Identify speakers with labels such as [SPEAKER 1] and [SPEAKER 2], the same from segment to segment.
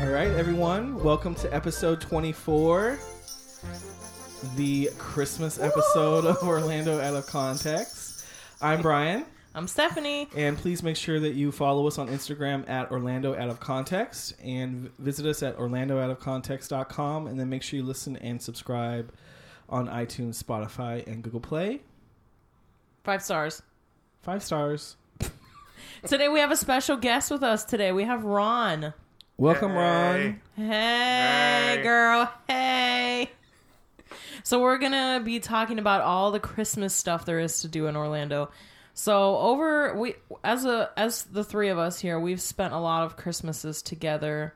[SPEAKER 1] All right, everyone, welcome to episode 24, the Christmas episode of Orlando Out of Context. I'm Brian,
[SPEAKER 2] I'm Stephanie.
[SPEAKER 1] and please make sure that you follow us on Instagram at Orlando Out of Context and v- visit us at orlandooutofcontext.com. And then make sure you listen and subscribe on iTunes, Spotify, and Google Play.
[SPEAKER 2] Five stars.
[SPEAKER 1] Five stars.
[SPEAKER 2] Today we have a special guest with us today. We have Ron.
[SPEAKER 1] Welcome,
[SPEAKER 3] Hey.
[SPEAKER 1] Ron.
[SPEAKER 2] Hey,
[SPEAKER 3] Hey.
[SPEAKER 2] girl. Hey. So we're going to be talking about all the Christmas stuff there is to do in Orlando. So over we as a as the three of us here, we've spent a lot of Christmases together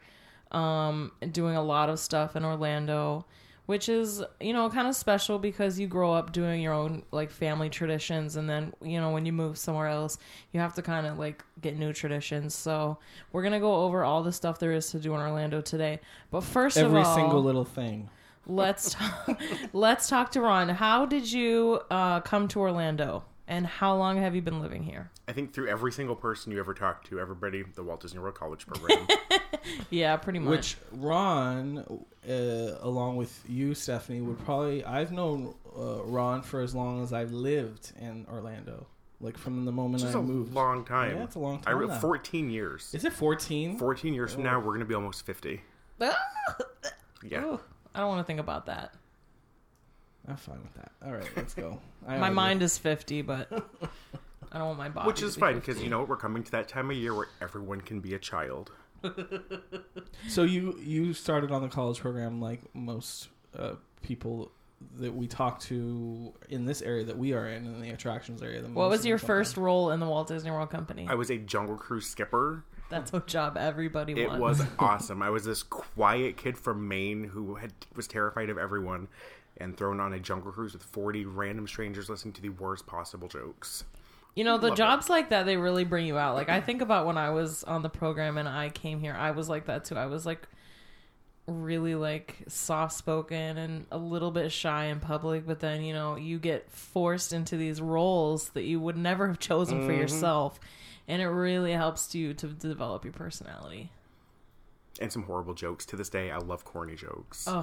[SPEAKER 2] um doing a lot of stuff in Orlando, which is, you know, kind of special because you grow up doing your own like family traditions and then, you know, when you move somewhere else, you have to kind of like get new traditions. So, we're going to go over all the stuff there is to do in Orlando today. But first
[SPEAKER 1] Every
[SPEAKER 2] of all,
[SPEAKER 1] single little thing.
[SPEAKER 2] let's talk, let's talk to Ron. How did you uh, come to Orlando, and how long have you been living here?
[SPEAKER 3] I think through every single person you ever talked to, everybody, the Walt Disney World College program.
[SPEAKER 2] Yeah, pretty much.
[SPEAKER 1] Which Ron, uh, along with you, Stephanie, would probably. I've known uh, Ron for as long as I've lived in Orlando, like from the moment
[SPEAKER 3] This is
[SPEAKER 1] I
[SPEAKER 3] a
[SPEAKER 1] moved.
[SPEAKER 3] long time.
[SPEAKER 1] Yeah, it's a long
[SPEAKER 3] I
[SPEAKER 1] time
[SPEAKER 3] re-
[SPEAKER 1] now.
[SPEAKER 3] 14 years.
[SPEAKER 1] Is it fourteen?
[SPEAKER 3] 14 years from now, we're going to be almost 50. Yeah.
[SPEAKER 1] Oh,
[SPEAKER 2] Ooh, Ah, I don't want to think about that.
[SPEAKER 1] I'm fine with that. All right, let's go. I
[SPEAKER 2] My
[SPEAKER 1] already-
[SPEAKER 2] mind is fifty, but I don't want my body.
[SPEAKER 3] Uh, Which
[SPEAKER 2] to
[SPEAKER 3] is
[SPEAKER 2] be
[SPEAKER 3] fine
[SPEAKER 2] 50.
[SPEAKER 3] because, you know what, we're coming to that time of year where everyone can be a child.
[SPEAKER 1] So you you started on the college program like most uh, people that we talk to in this area that we are in in the attractions area. The
[SPEAKER 2] What
[SPEAKER 1] most
[SPEAKER 2] was
[SPEAKER 1] of
[SPEAKER 2] your
[SPEAKER 1] them talk
[SPEAKER 2] first role in the Walt Disney World Company?
[SPEAKER 3] I was a Jungle Cruise skipper.
[SPEAKER 2] That's a job everybody
[SPEAKER 3] It
[SPEAKER 2] wants.
[SPEAKER 3] was awesome. I was this quiet kid from Maine who had, was terrified of everyone and thrown on a Jungle Cruise with 40 random strangers listening to the worst possible jokes.
[SPEAKER 2] You know, the
[SPEAKER 3] Love it.
[SPEAKER 2] jobs like that, they really bring you out. Like, I think about when I was on the program and I came here, I was like that too. I was like really like soft spoken and a little bit shy in public, but then, you know, you get forced into these roles that you would never have chosen
[SPEAKER 3] Mm-hmm.
[SPEAKER 2] for yourself. And it really helps you to develop your personality.
[SPEAKER 3] And some horrible jokes. To this day, I love corny jokes.
[SPEAKER 2] And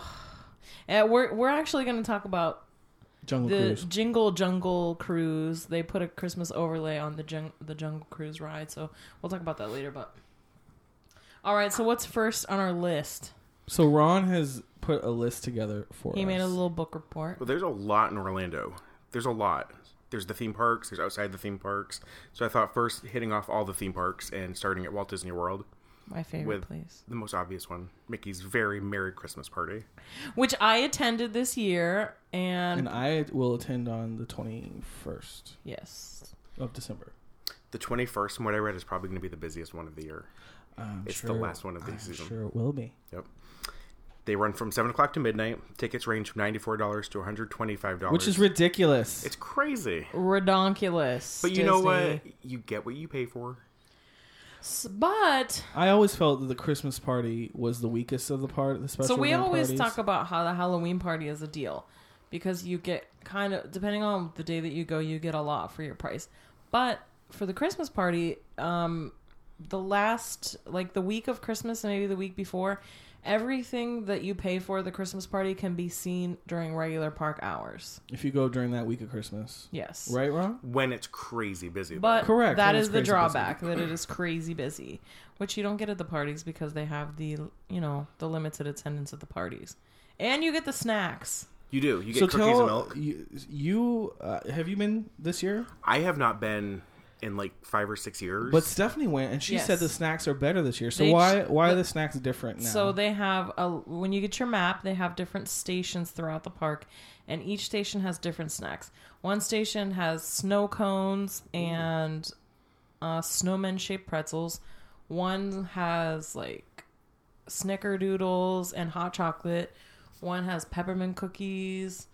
[SPEAKER 2] Eh, we're, we're actually going to talk about
[SPEAKER 1] about. Jungle
[SPEAKER 2] the
[SPEAKER 1] Cruise.
[SPEAKER 2] Jingle Jungle Cruise. They put a Christmas overlay on the jung- the Jungle Cruise ride, so we'll talk about that later. But all right, so what's first on our list?
[SPEAKER 1] So Ron has put a list together for
[SPEAKER 2] He
[SPEAKER 1] us.
[SPEAKER 2] made a little book report.
[SPEAKER 3] Well, there's a lot in Orlando. There's a lot. There's the theme parks. There's outside the theme parks. So I thought first hitting off all the theme parks and starting at Walt Disney World,
[SPEAKER 2] My favorite
[SPEAKER 3] With-
[SPEAKER 2] place,
[SPEAKER 3] the most obvious one, Mickey's very merry Christmas party.
[SPEAKER 2] which I attended this year, and,
[SPEAKER 1] and I will attend on the twenty first
[SPEAKER 2] yes,
[SPEAKER 1] of December.
[SPEAKER 3] The 21st, from what I read, is probably going to be the busiest one of the year.
[SPEAKER 1] I'm
[SPEAKER 3] It's the last one of the
[SPEAKER 1] I'm
[SPEAKER 3] season.
[SPEAKER 1] Sure, it will be.
[SPEAKER 3] Yep. They run from seven o'clock to midnight. Tickets range from ninety-four dollars to one hundred twenty-five dollars,
[SPEAKER 1] Which is ridiculous.
[SPEAKER 3] it's crazy.
[SPEAKER 2] redonkulous.
[SPEAKER 3] But you know
[SPEAKER 2] Disney.
[SPEAKER 3] what? You get what you pay for.
[SPEAKER 2] S- But
[SPEAKER 1] I always felt that the Christmas party was the weakest of the part. The special
[SPEAKER 2] so we
[SPEAKER 1] event
[SPEAKER 2] always
[SPEAKER 1] parties.
[SPEAKER 2] talk about how the Halloween party is a deal because you get kind of depending on the day that you go, you get a lot for your price. But for the Christmas party, um, the last like the week of Christmas and maybe the week before, everything that you pay for the Christmas party can be seen during regular park hours.
[SPEAKER 1] if you go during that week of Christmas,
[SPEAKER 2] Yes,
[SPEAKER 1] right, Ron?
[SPEAKER 3] When it's crazy busy, though.
[SPEAKER 2] But
[SPEAKER 1] Correct.
[SPEAKER 2] That
[SPEAKER 1] It
[SPEAKER 2] is
[SPEAKER 1] is
[SPEAKER 2] the
[SPEAKER 1] crazy busy.
[SPEAKER 2] drawback that it is crazy busy, which you don't get at the parties because they have the you know the limited attendance at the parties, and you get the snacks.
[SPEAKER 3] you do. You get
[SPEAKER 1] so
[SPEAKER 3] cookies
[SPEAKER 1] tell
[SPEAKER 3] and milk.
[SPEAKER 1] you, you uh, have you been this year?
[SPEAKER 3] I have not been in like five or six years.
[SPEAKER 1] But Stephanie went, and she
[SPEAKER 2] Yes.
[SPEAKER 1] said the snacks are better this year. So
[SPEAKER 2] They
[SPEAKER 1] why
[SPEAKER 2] ch-
[SPEAKER 1] why are the
[SPEAKER 2] the-
[SPEAKER 1] snacks different now?
[SPEAKER 2] So they have a when you get your map, they have different stations throughout the park, and each station has different snacks. One station has snow cones and uh, snowman shaped pretzels. One has like snickerdoodles and hot chocolate. One has peppermint cookies.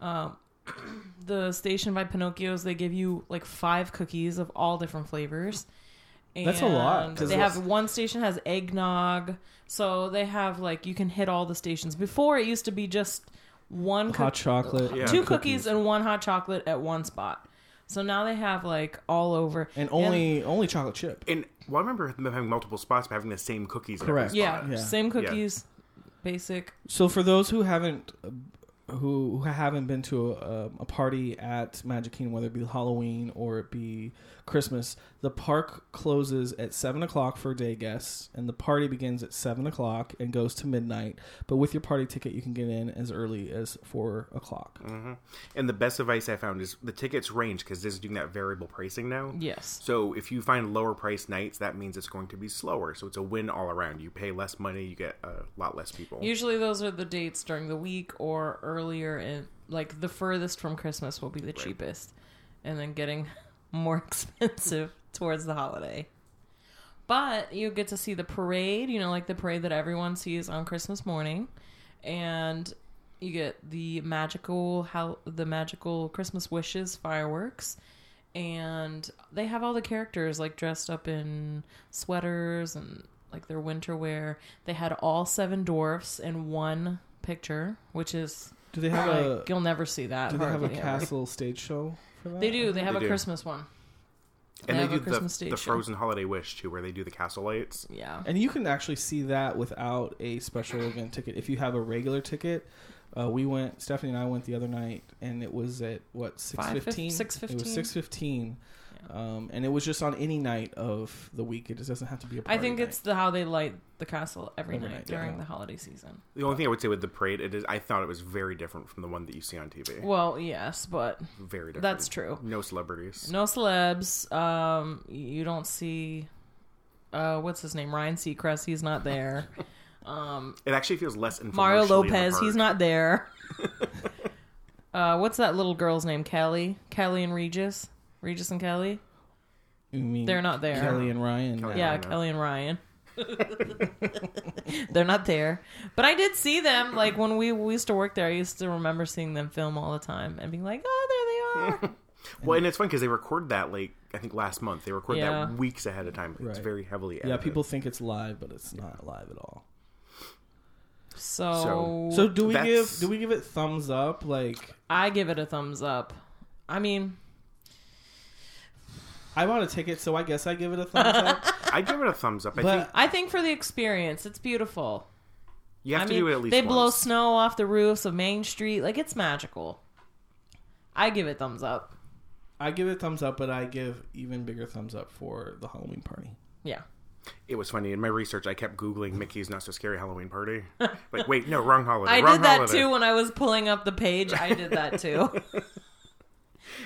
[SPEAKER 2] Um, the station by Pinocchio's, they give you like five cookies of all different flavors.
[SPEAKER 1] That's a lot,
[SPEAKER 2] And
[SPEAKER 1] 'cause
[SPEAKER 2] They
[SPEAKER 1] it's-
[SPEAKER 2] have one station has eggnog, so they have like you can hit all the stations. Before it used to be just one
[SPEAKER 1] hot
[SPEAKER 2] cookie
[SPEAKER 1] chocolate,
[SPEAKER 3] Yeah.
[SPEAKER 2] two
[SPEAKER 1] cookies.
[SPEAKER 2] cookies and one hot chocolate at one spot. So now they have like all over
[SPEAKER 1] and only only chocolate chip.
[SPEAKER 3] And well, I remember them having multiple spots, but having the same cookies. in every
[SPEAKER 1] Correct.
[SPEAKER 3] spot.
[SPEAKER 2] yeah,
[SPEAKER 1] Yeah.
[SPEAKER 2] same cookies, basic.
[SPEAKER 1] So for those who haven't who who haven't been to a, a party at Magic Kingdom, whether it be Halloween or it be Christmas, the park closes at seven o'clock for day guests, and the party begins at seven o'clock and goes to midnight. But with your party ticket, you can get in as early as four o'clock.
[SPEAKER 3] And the best advice I found is the tickets range because Disney's doing that variable pricing now.
[SPEAKER 2] Yes.
[SPEAKER 3] So if you find lower price nights, that means it's going to be slower. So it's a win all around. You pay less money, you get a lot less people.
[SPEAKER 2] Usually those are the dates during the week or earlier in like the furthest from Christmas will be the cheapest and then getting more expensive towards the holiday. But you get to see the parade, you know, like the parade that everyone sees on Christmas morning and you get the magical how the magical Christmas wishes fireworks and they have all the characters like dressed up in sweaters and like their winter wear. They had all seven dwarfs in one picture, which is
[SPEAKER 1] Do they have a
[SPEAKER 2] like you'll never see that.
[SPEAKER 1] Do they have a
[SPEAKER 2] hardly ever.
[SPEAKER 1] castle stage show for that?
[SPEAKER 2] They do. They have
[SPEAKER 3] They
[SPEAKER 2] a
[SPEAKER 3] do.
[SPEAKER 2] Christmas one.
[SPEAKER 3] and
[SPEAKER 2] they
[SPEAKER 3] they,
[SPEAKER 2] have a
[SPEAKER 3] do the,
[SPEAKER 2] Christmas stage
[SPEAKER 3] the
[SPEAKER 2] show.
[SPEAKER 3] Frozen Holiday Wish too, where they do the castle lights.
[SPEAKER 2] Yeah.
[SPEAKER 1] And you can actually see that without a special event ticket. If you have a regular ticket, uh, we went. Stephanie and I went the other night, and it was at what six
[SPEAKER 2] Five fif-
[SPEAKER 1] fifteen.
[SPEAKER 2] 6:15?
[SPEAKER 1] It was six fifteen, um, and it was just on any night of the week. It just doesn't have to be a
[SPEAKER 2] I
[SPEAKER 1] party.
[SPEAKER 2] think
[SPEAKER 1] night.
[SPEAKER 2] it's the how they light the castle every,
[SPEAKER 1] Every
[SPEAKER 2] night,
[SPEAKER 1] night,
[SPEAKER 2] during
[SPEAKER 1] yeah.
[SPEAKER 2] the holiday season.
[SPEAKER 3] The only thing I would say with the parade, it is I thought it was very different from the one that you see on TV.
[SPEAKER 2] Well, yes, but
[SPEAKER 3] very different.
[SPEAKER 2] that's true.
[SPEAKER 3] No celebrities.
[SPEAKER 2] No celebs. Um, you don't see. Uh, what's his name? Ryan Seacrest. He's not there. um,
[SPEAKER 3] It actually feels less influential.
[SPEAKER 2] Mario Lopez. He's not there. uh, what's that little girl's name? Kelly. Kelly and Regis. Regis and Kelly.
[SPEAKER 1] You mean
[SPEAKER 2] They're not there.
[SPEAKER 1] Kelly and Ryan.
[SPEAKER 3] Kelly.
[SPEAKER 1] yeah.
[SPEAKER 2] Yeah,
[SPEAKER 3] Ryan.
[SPEAKER 2] Kelly and Ryan. They're not there, but I did see them. Like when we, we used to work there, I used to remember seeing them film all the time and being like, "Oh, there they are."
[SPEAKER 3] Well, and it's fun because they record that like I think last month. They record
[SPEAKER 2] Yeah.
[SPEAKER 3] that weeks ahead of time. It's
[SPEAKER 1] Right.
[SPEAKER 3] very heavily.
[SPEAKER 1] Yeah,
[SPEAKER 3] edited.
[SPEAKER 1] people think it's live, but it's not live at all.
[SPEAKER 2] so,
[SPEAKER 1] So do we
[SPEAKER 3] That's-
[SPEAKER 1] give do we give it thumbs up? Like
[SPEAKER 2] I give it a thumbs up. I mean,
[SPEAKER 1] I bought a ticket, so I guess I give it a thumbs up.
[SPEAKER 3] I give it a thumbs up. I
[SPEAKER 1] But-
[SPEAKER 3] think
[SPEAKER 2] I think for the experience, it's beautiful.
[SPEAKER 3] you have
[SPEAKER 2] I
[SPEAKER 3] to
[SPEAKER 2] mean,
[SPEAKER 3] do it at least.
[SPEAKER 2] they blow
[SPEAKER 3] once.
[SPEAKER 2] snow off the roofs of Main Street. Like it's magical. I give it thumbs up.
[SPEAKER 1] I give it thumbs up, but I give even bigger thumbs up for the Halloween party.
[SPEAKER 2] Yeah.
[SPEAKER 3] It was funny. In my research, I kept Googling Mickey's Not So Scary Halloween Party. like, wait, no, wrong holiday.
[SPEAKER 2] I
[SPEAKER 3] wrong
[SPEAKER 2] did that
[SPEAKER 3] holiday.
[SPEAKER 2] too when I was pulling up the page. I did that too.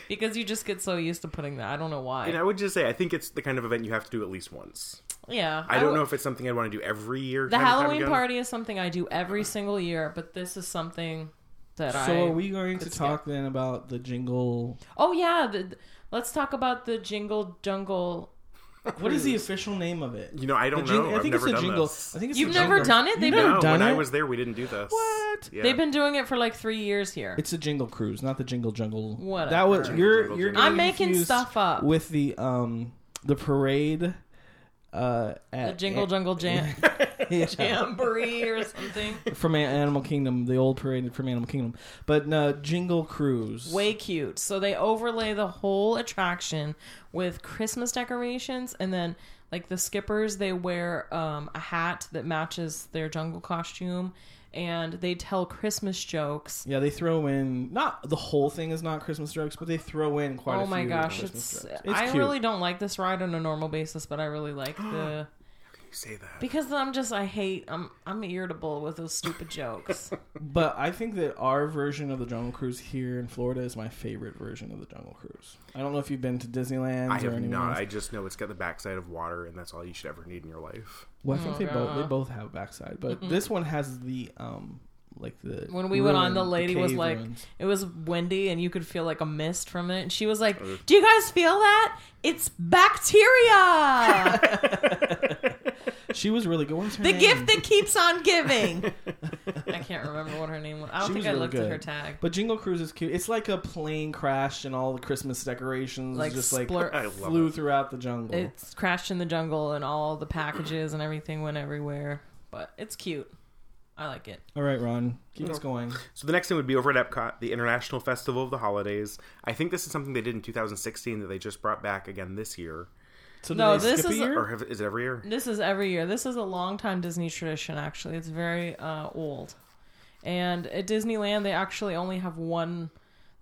[SPEAKER 2] because you just get so used to putting that. I don't know why.
[SPEAKER 3] And I would just say, I think it's the kind of event you have to do at least once.
[SPEAKER 2] yeah.
[SPEAKER 3] I don't
[SPEAKER 2] would-
[SPEAKER 3] know if it's something I want to do every year.
[SPEAKER 2] The
[SPEAKER 3] time and time
[SPEAKER 2] Halloween
[SPEAKER 3] again.
[SPEAKER 2] party is something I do every single year, but this is something that I.
[SPEAKER 1] So are we going to
[SPEAKER 2] could
[SPEAKER 1] talk then about the jingle?
[SPEAKER 2] Oh, yeah. The, the- let's talk about the Jingle Jungle.
[SPEAKER 1] What is the official name of it?
[SPEAKER 3] You know, I
[SPEAKER 1] The
[SPEAKER 3] don't
[SPEAKER 1] jing-
[SPEAKER 3] know.
[SPEAKER 1] I think
[SPEAKER 3] I've never
[SPEAKER 1] it's a
[SPEAKER 3] done
[SPEAKER 1] jingle.
[SPEAKER 3] this.
[SPEAKER 1] I think it's
[SPEAKER 2] You've
[SPEAKER 1] a
[SPEAKER 2] never
[SPEAKER 1] jingle.
[SPEAKER 2] done it? They've
[SPEAKER 1] You've never
[SPEAKER 3] no,
[SPEAKER 1] done
[SPEAKER 3] when I
[SPEAKER 1] it?
[SPEAKER 3] was there, we didn't do this.
[SPEAKER 1] What?
[SPEAKER 3] Yeah.
[SPEAKER 2] They've been doing it for like three years here.
[SPEAKER 1] It's a jingle cruise, not the jingle jungle.
[SPEAKER 2] Whatever.
[SPEAKER 1] That was
[SPEAKER 2] Jingle
[SPEAKER 1] you're
[SPEAKER 3] jungle
[SPEAKER 1] you're.
[SPEAKER 3] jingle.
[SPEAKER 1] getting
[SPEAKER 2] I'm making
[SPEAKER 1] confused
[SPEAKER 2] stuff up.
[SPEAKER 1] with the um the parade. Uh, at
[SPEAKER 2] the Jingle Jungle Jam-
[SPEAKER 1] yeah,
[SPEAKER 2] Jamboree or something.
[SPEAKER 1] from An- Animal Kingdom, the old parade from Animal Kingdom, but no, Jingle Cruise.
[SPEAKER 2] way cute. So they overlay the whole attraction with Christmas decorations, and then like the skippers, they wear um, a hat that matches their jungle costume, and they tell Christmas jokes.
[SPEAKER 1] Yeah, they throw in not the whole thing is not Christmas jokes, but they throw in quite.
[SPEAKER 2] oh
[SPEAKER 1] a
[SPEAKER 2] my
[SPEAKER 1] few
[SPEAKER 2] gosh,
[SPEAKER 1] Christmas
[SPEAKER 2] it's,
[SPEAKER 1] jokes.
[SPEAKER 2] I
[SPEAKER 1] cute.
[SPEAKER 2] really don't like this ride on a normal basis, but I really like the
[SPEAKER 3] You say that.
[SPEAKER 2] because I'm just I hate I'm I'm irritable with those stupid jokes.
[SPEAKER 1] But I think that our version of the Jungle Cruise here in Florida is my favorite version of the Jungle Cruise. I don't know if you've been to Disneyland
[SPEAKER 3] I
[SPEAKER 1] or
[SPEAKER 3] have
[SPEAKER 1] anyone
[SPEAKER 3] not.
[SPEAKER 1] else.
[SPEAKER 3] I just know it's got the backside of water, and that's all you should ever need in your life.
[SPEAKER 1] Well, I think they both
[SPEAKER 2] yeah.
[SPEAKER 1] they both have backside, but this one has the um like the
[SPEAKER 2] When we went
[SPEAKER 1] ruin-
[SPEAKER 2] on, the lady was
[SPEAKER 1] cave
[SPEAKER 2] like,
[SPEAKER 1] ruins.
[SPEAKER 2] it was windy and you could feel like a mist from it. And she was like, Do you guys feel that? It's bacteria!
[SPEAKER 1] she was really good. What was her
[SPEAKER 2] the
[SPEAKER 1] name?
[SPEAKER 2] gift that keeps on giving. I can't remember what her name was. I don't
[SPEAKER 1] She
[SPEAKER 2] think
[SPEAKER 1] was
[SPEAKER 2] I
[SPEAKER 1] really
[SPEAKER 2] looked at
[SPEAKER 1] good.
[SPEAKER 2] her tag.
[SPEAKER 1] But Jingle Cruise is cute. It's like a plane crashed and all the Christmas decorations
[SPEAKER 2] Like,
[SPEAKER 1] just like
[SPEAKER 2] splur-
[SPEAKER 3] I love
[SPEAKER 1] flew
[SPEAKER 3] it.
[SPEAKER 1] throughout the jungle.
[SPEAKER 2] It's crashed in the jungle and all the packages and everything went everywhere. But it's cute. I like it.
[SPEAKER 1] All right, Ron, keep us going.
[SPEAKER 3] So the next thing would be over at Epcot, the International Festival of the Holidays. I think this is something they did in 2016 that they just brought back again this year.
[SPEAKER 1] So
[SPEAKER 2] No,
[SPEAKER 1] did they
[SPEAKER 2] this
[SPEAKER 1] skip a
[SPEAKER 2] is-
[SPEAKER 1] year?
[SPEAKER 3] Or have, is it every year?
[SPEAKER 2] This is every year. This is a long time Disney tradition, actually. It's very uh, old. And at Disneyland, they actually only have one.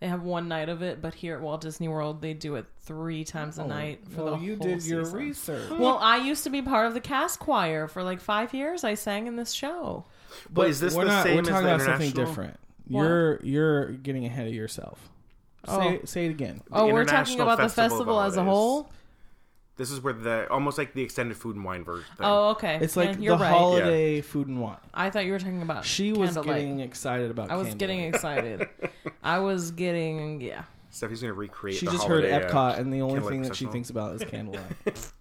[SPEAKER 2] They have one night of it, but here at Walt Disney World, they do it three times a night for
[SPEAKER 1] Oh, well,
[SPEAKER 2] the
[SPEAKER 1] you
[SPEAKER 2] whole
[SPEAKER 1] did your
[SPEAKER 2] season.
[SPEAKER 1] research.
[SPEAKER 2] Well, I used to be part of the cast choir for like five years. I sang in this show.
[SPEAKER 3] But is this
[SPEAKER 1] we're
[SPEAKER 3] the
[SPEAKER 1] not,
[SPEAKER 3] same
[SPEAKER 1] we're
[SPEAKER 3] as
[SPEAKER 1] talking
[SPEAKER 3] the
[SPEAKER 1] about something
[SPEAKER 3] international?
[SPEAKER 1] different.
[SPEAKER 2] What?
[SPEAKER 1] You're you're getting ahead of yourself. Say,
[SPEAKER 2] Oh.
[SPEAKER 1] say it again.
[SPEAKER 2] Oh, we're talking
[SPEAKER 3] International
[SPEAKER 2] about the
[SPEAKER 3] Festival of
[SPEAKER 2] festival as a
[SPEAKER 3] Holidays.
[SPEAKER 2] whole.
[SPEAKER 3] This is where the almost like the extended food and wine version. Thing.
[SPEAKER 2] Oh, okay.
[SPEAKER 1] It's like
[SPEAKER 2] Yeah,
[SPEAKER 1] the
[SPEAKER 2] you're right.
[SPEAKER 1] holiday food and wine.
[SPEAKER 2] I thought you were talking about.
[SPEAKER 1] She was
[SPEAKER 2] candlelight.
[SPEAKER 1] getting excited about.
[SPEAKER 2] I was
[SPEAKER 1] candlelight.
[SPEAKER 2] getting excited. I was getting yeah.
[SPEAKER 3] Stephanie's going to recreate.
[SPEAKER 1] She
[SPEAKER 3] the
[SPEAKER 1] just heard
[SPEAKER 3] holiday, uh,
[SPEAKER 1] Epcot, and the only
[SPEAKER 3] Candlelight
[SPEAKER 1] thing that she
[SPEAKER 3] Processional.
[SPEAKER 1] thinks about is candlelight.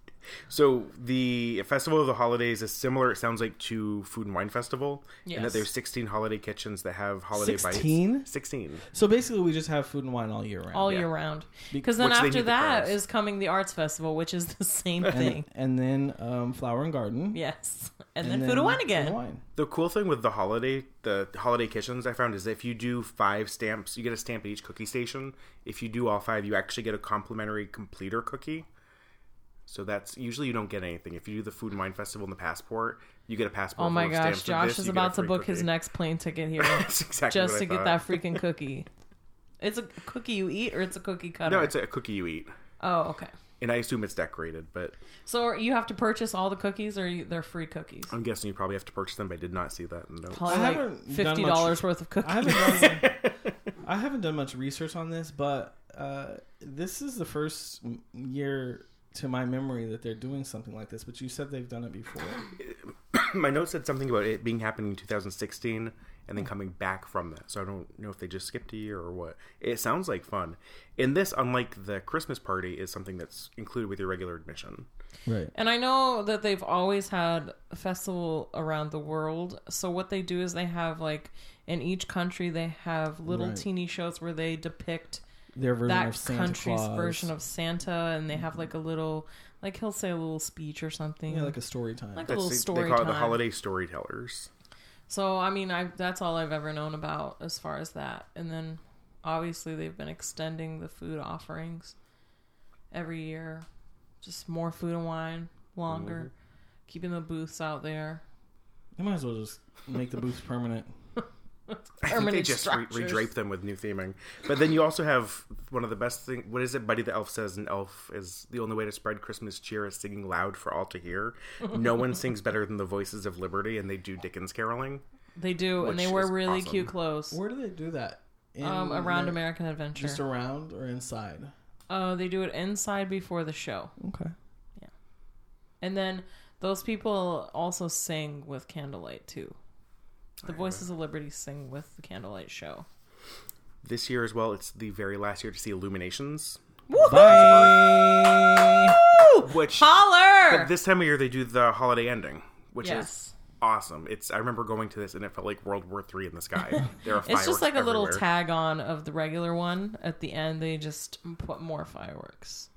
[SPEAKER 3] So the Festival of the Holidays is similar. It sounds like to Food and Wine Festival, and
[SPEAKER 2] Yes.
[SPEAKER 3] that there's 16 holiday kitchens that have holiday
[SPEAKER 1] 16?
[SPEAKER 3] bites. 16.
[SPEAKER 1] so basically, we just have food and wine all year round.
[SPEAKER 2] all
[SPEAKER 3] Yeah.
[SPEAKER 2] year round. Because then
[SPEAKER 3] Which they
[SPEAKER 2] after
[SPEAKER 3] need the
[SPEAKER 2] that
[SPEAKER 3] crowds.
[SPEAKER 2] is coming the arts festival, which is the same
[SPEAKER 1] and,
[SPEAKER 2] thing.
[SPEAKER 1] and then um, flower and garden.
[SPEAKER 2] yes, and, then, food and wine again.
[SPEAKER 1] and wine.
[SPEAKER 3] The cool thing with the holiday, the holiday kitchens I found is if you do five stamps, you get a stamp at each cookie station. If you do all five, you actually get a complimentary completer cookie. So that's usually you don't get anything. If you do the Food and Wine Festival and the passport, you get a passport.
[SPEAKER 2] Oh my
[SPEAKER 3] full of
[SPEAKER 2] gosh,
[SPEAKER 3] stamps. With
[SPEAKER 2] Josh
[SPEAKER 3] this,
[SPEAKER 2] is
[SPEAKER 3] you get a
[SPEAKER 2] about to
[SPEAKER 3] free
[SPEAKER 2] book his
[SPEAKER 3] cookie.
[SPEAKER 2] next plane ticket here
[SPEAKER 3] That's exactly
[SPEAKER 2] just
[SPEAKER 3] what
[SPEAKER 2] to
[SPEAKER 3] I
[SPEAKER 2] get that
[SPEAKER 3] thought.
[SPEAKER 2] freaking cookie. It's a cookie you eat, or it's a cookie cutter.
[SPEAKER 3] No, it's a cookie you eat,
[SPEAKER 2] oh, okay.
[SPEAKER 3] and I assume it's decorated, but
[SPEAKER 2] So you have to purchase all the cookies, or you, they're free cookies.
[SPEAKER 3] I'm guessing you probably have to purchase them. But I did not see that. in the notes.
[SPEAKER 2] Probably
[SPEAKER 1] I
[SPEAKER 2] like
[SPEAKER 1] haven't done much-
[SPEAKER 2] fifty dollars worth of
[SPEAKER 1] I
[SPEAKER 2] cookies.
[SPEAKER 1] haven't done. I haven't done much research on this, but uh, this is the first m- year to my memory that they're doing something like this. But you said they've done it before.
[SPEAKER 3] My note said something about it being happening in 2016 and then coming back from that. So I don't know if they just skipped a year or what. It sounds like fun. And this, unlike the Christmas party, is something that's included with your regular admission.
[SPEAKER 1] Right.
[SPEAKER 2] And I know that they've always had a festival around the world. So what they do is they have like in each country they have little
[SPEAKER 1] Right.
[SPEAKER 2] teeny shows where they depict
[SPEAKER 1] Their version
[SPEAKER 2] that
[SPEAKER 1] of Santa
[SPEAKER 2] country's
[SPEAKER 1] Claus.
[SPEAKER 2] version of Santa and they have like a little like he'll say a little speech or something.
[SPEAKER 1] Yeah, like a story time.
[SPEAKER 2] Like a
[SPEAKER 3] That's
[SPEAKER 2] little
[SPEAKER 3] the-
[SPEAKER 2] story
[SPEAKER 3] they call it the
[SPEAKER 2] time.
[SPEAKER 3] holiday storytellers.
[SPEAKER 2] so I mean I that's all I've ever known about as far as that. And then obviously they've been extending the food offerings every year. Just more food and wine, longer. Keeping the booths out there.
[SPEAKER 1] They might as well just make the booths permanent.
[SPEAKER 3] I think they
[SPEAKER 2] permanent
[SPEAKER 3] just re-
[SPEAKER 2] structures.
[SPEAKER 3] redrape them with new theming. But then you also have one of the best thing. What is it? Buddy the Elf says an elf is the only way to spread Christmas cheer is singing loud for all to hear. No one sings better than the voices of Liberty, and they do Dickens caroling.
[SPEAKER 2] They do, and they
[SPEAKER 3] Which
[SPEAKER 2] wear
[SPEAKER 3] is
[SPEAKER 2] really
[SPEAKER 3] awesome.
[SPEAKER 2] cute clothes.
[SPEAKER 1] Where do they do that? In
[SPEAKER 2] Um, around
[SPEAKER 1] the-
[SPEAKER 2] American Adventure.
[SPEAKER 1] Just around or inside?
[SPEAKER 2] uh, they do it inside before the show,
[SPEAKER 1] Okay.
[SPEAKER 2] and then those people also sing with candlelight too. The Voices of Liberty sing with the candlelight show.
[SPEAKER 3] This year as well, it's the very last year to see Illuminations,
[SPEAKER 1] Bye.
[SPEAKER 3] which
[SPEAKER 2] Holler!
[SPEAKER 3] this time of year they do the holiday ending, which is
[SPEAKER 2] yes,
[SPEAKER 3] awesome. It's I remember going to this and it felt like World War Three in the sky. There are
[SPEAKER 2] it's
[SPEAKER 3] fireworks
[SPEAKER 2] just like a little
[SPEAKER 3] everywhere.
[SPEAKER 2] tag on of the regular one. At the end, they just put more fireworks.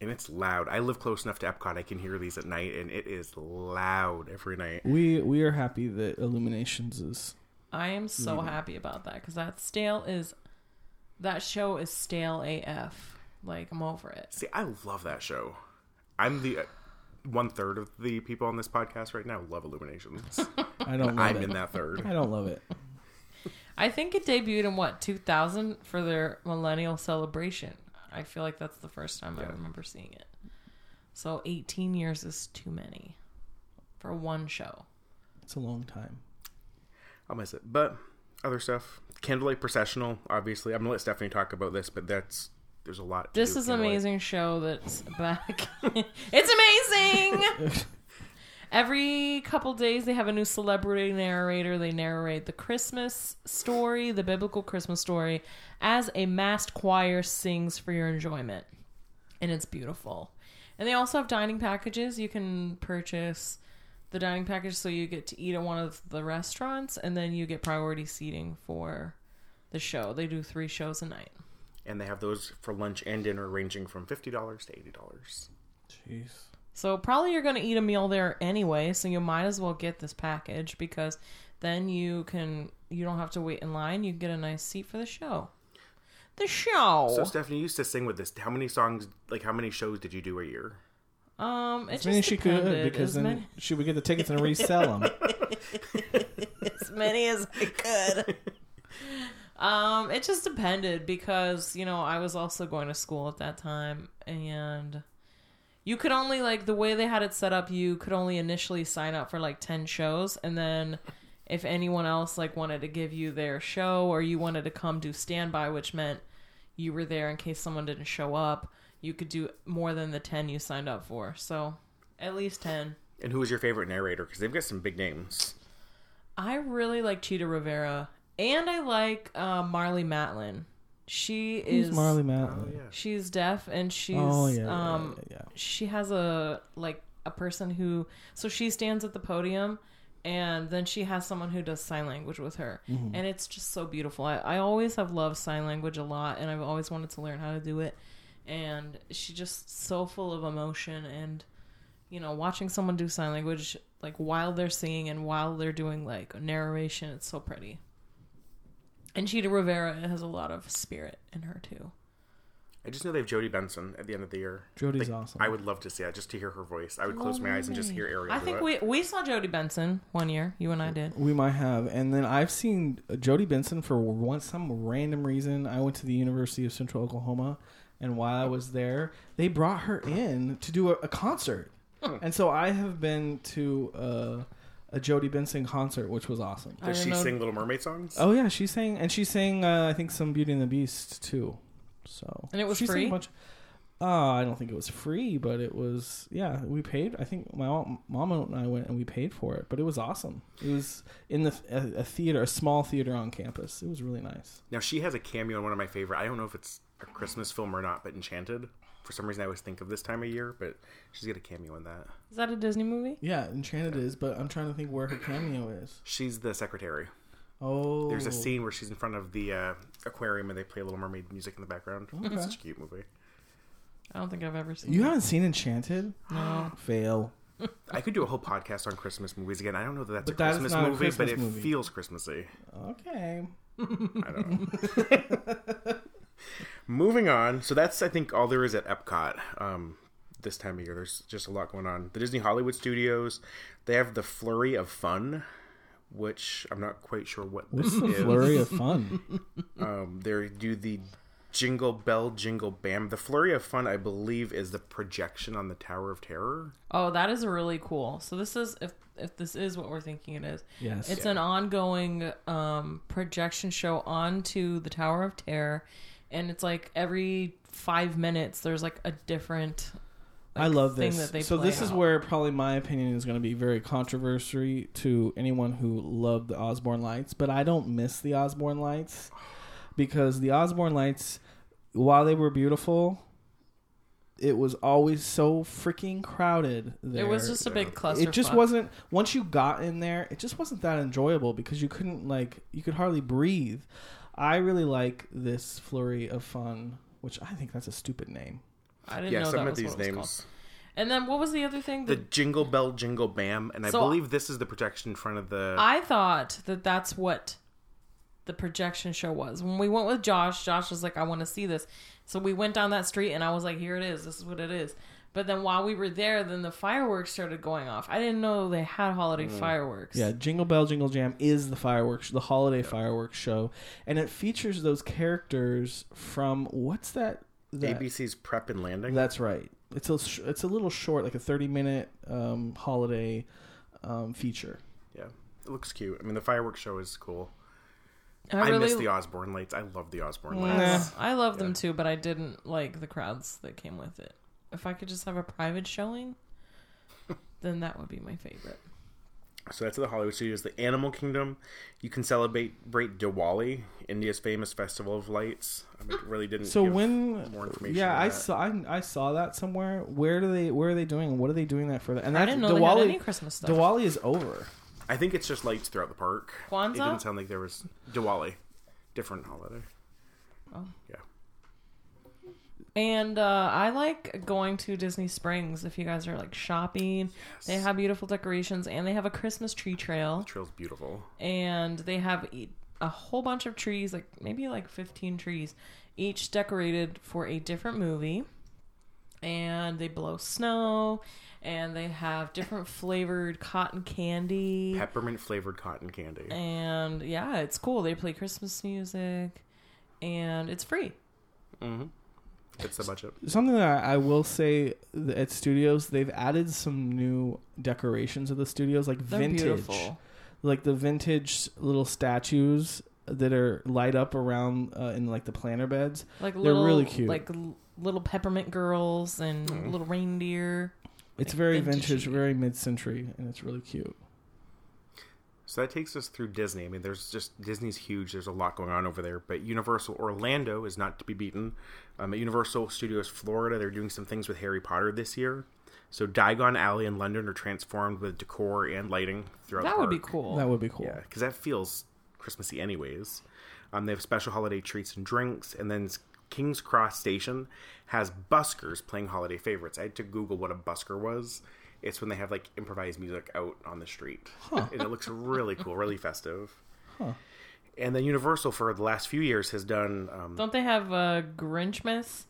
[SPEAKER 3] and it's loud. I live close enough to Epcot; I can hear these at night, and it is loud every night.
[SPEAKER 1] We we are happy that Illuminations is
[SPEAKER 2] I am so happy about that because that stale is that show is stale AF. Like I'm over it.
[SPEAKER 3] See, I love that show. I'm the uh, one third of the people on this podcast right now love Illuminations.
[SPEAKER 1] I don't love
[SPEAKER 3] I'm
[SPEAKER 1] it.
[SPEAKER 3] in that third.
[SPEAKER 1] I don't love it.
[SPEAKER 2] I think it debuted in what 2000 for their millennial celebration. I feel like that's the first time I remember seeing it. So 18 years is too many for one show.
[SPEAKER 1] It's a long time.
[SPEAKER 3] I'll miss it. But other stuff, candlelight processional. Obviously, I'm gonna let Stephanie talk about this, but that's there's a lot. To
[SPEAKER 2] This
[SPEAKER 3] do with
[SPEAKER 2] is an
[SPEAKER 3] Candlelight.
[SPEAKER 2] amazing show that's back. it's amazing. Every couple days, they have a new celebrity narrator. They narrate the Christmas story, the biblical Christmas story, as a massed choir sings for your enjoyment. And it's beautiful. And they also have dining packages. You can purchase the dining package so you get to eat at one of the restaurants, and then you get priority seating for the show. They do three shows a night.
[SPEAKER 3] and they have those for lunch and dinner, ranging from fifty dollars to eighty dollars.
[SPEAKER 1] Jeez.
[SPEAKER 2] So probably you're going to eat a meal there anyway, so you might as well get this package because then you can you don't have to wait in line. You get a nice seat for the show. The show.
[SPEAKER 3] So Stephanie used to sing with this. How many songs, like how many shows did you do a year?
[SPEAKER 2] um, it
[SPEAKER 1] As many as
[SPEAKER 2] just
[SPEAKER 1] she could,
[SPEAKER 2] depended.
[SPEAKER 1] because
[SPEAKER 2] as
[SPEAKER 1] then
[SPEAKER 2] many,
[SPEAKER 1] she would get the tickets and resell them.
[SPEAKER 2] as many as I could. um, it just depended because you know I was also going to school at that time, and you could only like the way they had it set up. You could only initially sign up for like ten shows, and then if anyone else like wanted to give you their show or you wanted to come do standby, which meant you were there in case someone didn't show up, you could do more than the ten you signed up for. So at least ten.
[SPEAKER 3] And who was your favorite narrator? Because they've got some big names.
[SPEAKER 2] I really like Cheetah Rivera, and I like uh, Marley Matlin. She
[SPEAKER 1] Who's
[SPEAKER 2] is
[SPEAKER 1] Marley Matlin?
[SPEAKER 2] She's deaf, and she's
[SPEAKER 1] Oh, yeah, yeah,
[SPEAKER 2] Oh, um
[SPEAKER 1] yeah, yeah.
[SPEAKER 2] she has a like a person who so she stands at the podium. And then she has someone who does sign language with her. And it's just so beautiful. I, I always have loved sign language a lot, and I've always wanted to learn how to do it. And she's just so full of emotion and you know, watching someone do sign language like while they're singing and while they're doing like narration, it's so pretty. And Cheetah Rivera has a lot of spirit in her too.
[SPEAKER 3] I just know they have Jodie Benson at the end of the year.
[SPEAKER 1] Jodie's
[SPEAKER 3] Like,
[SPEAKER 1] awesome.
[SPEAKER 3] I would love to see that just to hear her voice. I would close my eyes and just hear Ariel.
[SPEAKER 2] I
[SPEAKER 3] do
[SPEAKER 2] think
[SPEAKER 3] it.
[SPEAKER 2] we we saw Jodie Benson one year. You and I did.
[SPEAKER 1] We might have, and then I've seen Jody Benson for one some random reason. I went to the University of Central Oklahoma, and while I was there, they brought her in to do a, a concert,
[SPEAKER 2] Hmm.
[SPEAKER 1] and so I have been to uh, a Jody Benson concert, which was awesome.
[SPEAKER 2] I
[SPEAKER 3] Does she
[SPEAKER 2] don't know.
[SPEAKER 3] sing Little Mermaid songs?
[SPEAKER 1] Oh yeah, she sang, and she sang uh, I think some Beauty and the Beast too. So
[SPEAKER 2] And it was
[SPEAKER 1] she sang a
[SPEAKER 2] free?
[SPEAKER 1] bunch- uh, I don't think it was free, but it was yeah. We paid. I think my mom- mama and I went and we paid for it, but it was awesome. It was in the a, a theater, a small theater on campus. It was really nice.
[SPEAKER 3] Now she has a cameo in one of my favorite. I don't know if it's a Christmas film or not, but Enchanted. For some reason, I always think of this time of year, but she's got a cameo in that.
[SPEAKER 2] Is that a Disney movie?
[SPEAKER 1] Yeah, Enchanted is, but I'm trying to think where her cameo is.
[SPEAKER 3] She's the secretary.
[SPEAKER 1] Oh,
[SPEAKER 3] There's a scene where she's in front of the uh, aquarium and they play Little Mermaid music in the background. It's such a cute movie.
[SPEAKER 2] I don't think I've ever seen.
[SPEAKER 1] You
[SPEAKER 2] it.
[SPEAKER 1] haven't seen Enchanted?
[SPEAKER 2] No.
[SPEAKER 1] Fail.
[SPEAKER 3] I could do a whole podcast on Christmas movies again. I don't know that that's
[SPEAKER 1] But
[SPEAKER 3] a
[SPEAKER 1] that is
[SPEAKER 3] Christmas
[SPEAKER 1] not a
[SPEAKER 3] movie,
[SPEAKER 1] Christmas
[SPEAKER 3] but it
[SPEAKER 1] movie.
[SPEAKER 3] feels Christmassy.
[SPEAKER 1] Okay.
[SPEAKER 3] I don't know. Moving on. So that's I think all there is at Epcot um, this time of year. There's just a lot going on. The Disney Hollywood Studios, they have the Flurry of Fun, which I'm not quite sure what this
[SPEAKER 1] What's the
[SPEAKER 3] is.
[SPEAKER 1] flurry of fun?
[SPEAKER 3] Um, they do the Jingle Bell, Jingle Bam. The Flurry of Fun, I believe, is the projection on the Tower of Terror.
[SPEAKER 2] Oh, that is really cool. So this is if if this is what we're thinking it is.
[SPEAKER 1] Yes.
[SPEAKER 2] It's an ongoing um, projection show onto the Tower of Terror, and it's like every five minutes there's like a different.
[SPEAKER 1] I love
[SPEAKER 2] thing
[SPEAKER 1] this.
[SPEAKER 2] that they
[SPEAKER 1] so
[SPEAKER 2] play
[SPEAKER 1] this is
[SPEAKER 2] out.
[SPEAKER 1] where probably my opinion is going to be very controversial to anyone who loved the Osborne Lights, but I don't miss the Osborne Lights because the Osborne Lights, while they were beautiful, it was always so freaking crowded. There.
[SPEAKER 2] It was just a big cluster.
[SPEAKER 1] It just wasn't. Once you got in there, it just wasn't that enjoyable because you couldn't like you could hardly breathe. I really like this flurry of fun, which I think that's a stupid name.
[SPEAKER 2] I didn't
[SPEAKER 3] Yeah,
[SPEAKER 2] know
[SPEAKER 3] some
[SPEAKER 2] that
[SPEAKER 3] of
[SPEAKER 2] was
[SPEAKER 3] these
[SPEAKER 2] what it was called.
[SPEAKER 3] names.
[SPEAKER 2] And then what was the other thing?
[SPEAKER 3] The
[SPEAKER 2] The-
[SPEAKER 3] Jingle Bell, Jingle Bam, and I
[SPEAKER 2] So-
[SPEAKER 3] believe this is the projection in front of the.
[SPEAKER 2] I thought that that's what the projection show was. When we went with Josh, Josh was like, "I want to see this," so we went down that street, and I was like, "Here it is. This is what it is." But then while we were there, then the fireworks started going off. I didn't know they had holiday
[SPEAKER 3] Mm.
[SPEAKER 2] fireworks.
[SPEAKER 1] Yeah, Jingle Bell Jingle Jam is the fireworks, the holiday fireworks show, and it features those characters from what's that? that
[SPEAKER 3] ABC's Prep and Landing.
[SPEAKER 1] that's right. It's a sh- it's a little short, like a thirty minute um, holiday um, feature.
[SPEAKER 3] Yeah, it looks cute. I mean, the fireworks show is cool.
[SPEAKER 2] I,
[SPEAKER 3] I,
[SPEAKER 2] really
[SPEAKER 3] miss the Osborne lights. I love the Osborne
[SPEAKER 2] I
[SPEAKER 3] lights.
[SPEAKER 2] love- I love them too, but I didn't like the crowds that came with it. If I could just have a private showing, then that would be my favorite.
[SPEAKER 3] So that's the Hollywood Studios. The Animal Kingdom, you can celebrate break Diwali, India's famous festival of lights. I mean, it really didn't.
[SPEAKER 1] So
[SPEAKER 3] give
[SPEAKER 1] when
[SPEAKER 3] more information.
[SPEAKER 1] yeah,
[SPEAKER 3] on
[SPEAKER 1] I
[SPEAKER 3] that.
[SPEAKER 1] saw I, I saw that somewhere. Where do they where are they doing? What are they doing that for? And that
[SPEAKER 2] I didn't know they had any Christmas stuff.
[SPEAKER 1] Diwali is over.
[SPEAKER 3] I think it's just lights throughout the park.
[SPEAKER 2] Kwanzaa?
[SPEAKER 3] It didn't sound like there was Diwali, different holiday.
[SPEAKER 2] Oh.
[SPEAKER 3] Yeah.
[SPEAKER 2] And uh, I like going to Disney Springs if you guys are like shopping. They have beautiful decorations and they have a Christmas tree trail.
[SPEAKER 3] Trail's beautiful.
[SPEAKER 2] And they have e- a whole bunch of trees, like maybe like 15 trees, each decorated for a different movie. And they blow snow and they have different flavored cotton candy.
[SPEAKER 3] Peppermint flavored cotton candy.
[SPEAKER 2] And yeah, it's cool. They play Christmas music and it's free.
[SPEAKER 3] It's the budget.
[SPEAKER 1] Something that I will say th- at studios, they've added some new decorations of the studios, like
[SPEAKER 2] They're
[SPEAKER 1] vintage,
[SPEAKER 2] beautiful.
[SPEAKER 1] like the vintage little statues that are light up around uh, in like the planter beds.
[SPEAKER 2] Like
[SPEAKER 1] They're
[SPEAKER 2] little,
[SPEAKER 1] really cute.
[SPEAKER 2] Like l- little peppermint girls and little reindeer.
[SPEAKER 1] It's very
[SPEAKER 2] vintage-y.
[SPEAKER 1] vintage, very mid-century, and it's really cute.
[SPEAKER 3] So that takes us through Disney. I mean, there's just Disney's huge. There's a lot going on over there, but Universal Orlando is not to be beaten. Um, at Universal Studios Florida, they're doing some things with Harry Potter this year. So Diagon Alley in London are transformed with decor and lighting throughout.
[SPEAKER 2] That
[SPEAKER 3] the
[SPEAKER 2] would be
[SPEAKER 3] park.
[SPEAKER 2] cool.
[SPEAKER 1] That would be cool.
[SPEAKER 3] Yeah, because that feels Christmassy, anyways. Um, they have special holiday treats and drinks, and then King's Cross Station has buskers playing holiday favorites. I had to Google what a busker was. It's when they have like improvised music out on the street, and it looks really cool, really festive. And then Universal for the last few years has done um,
[SPEAKER 2] Don't they have uh, Grinchmas?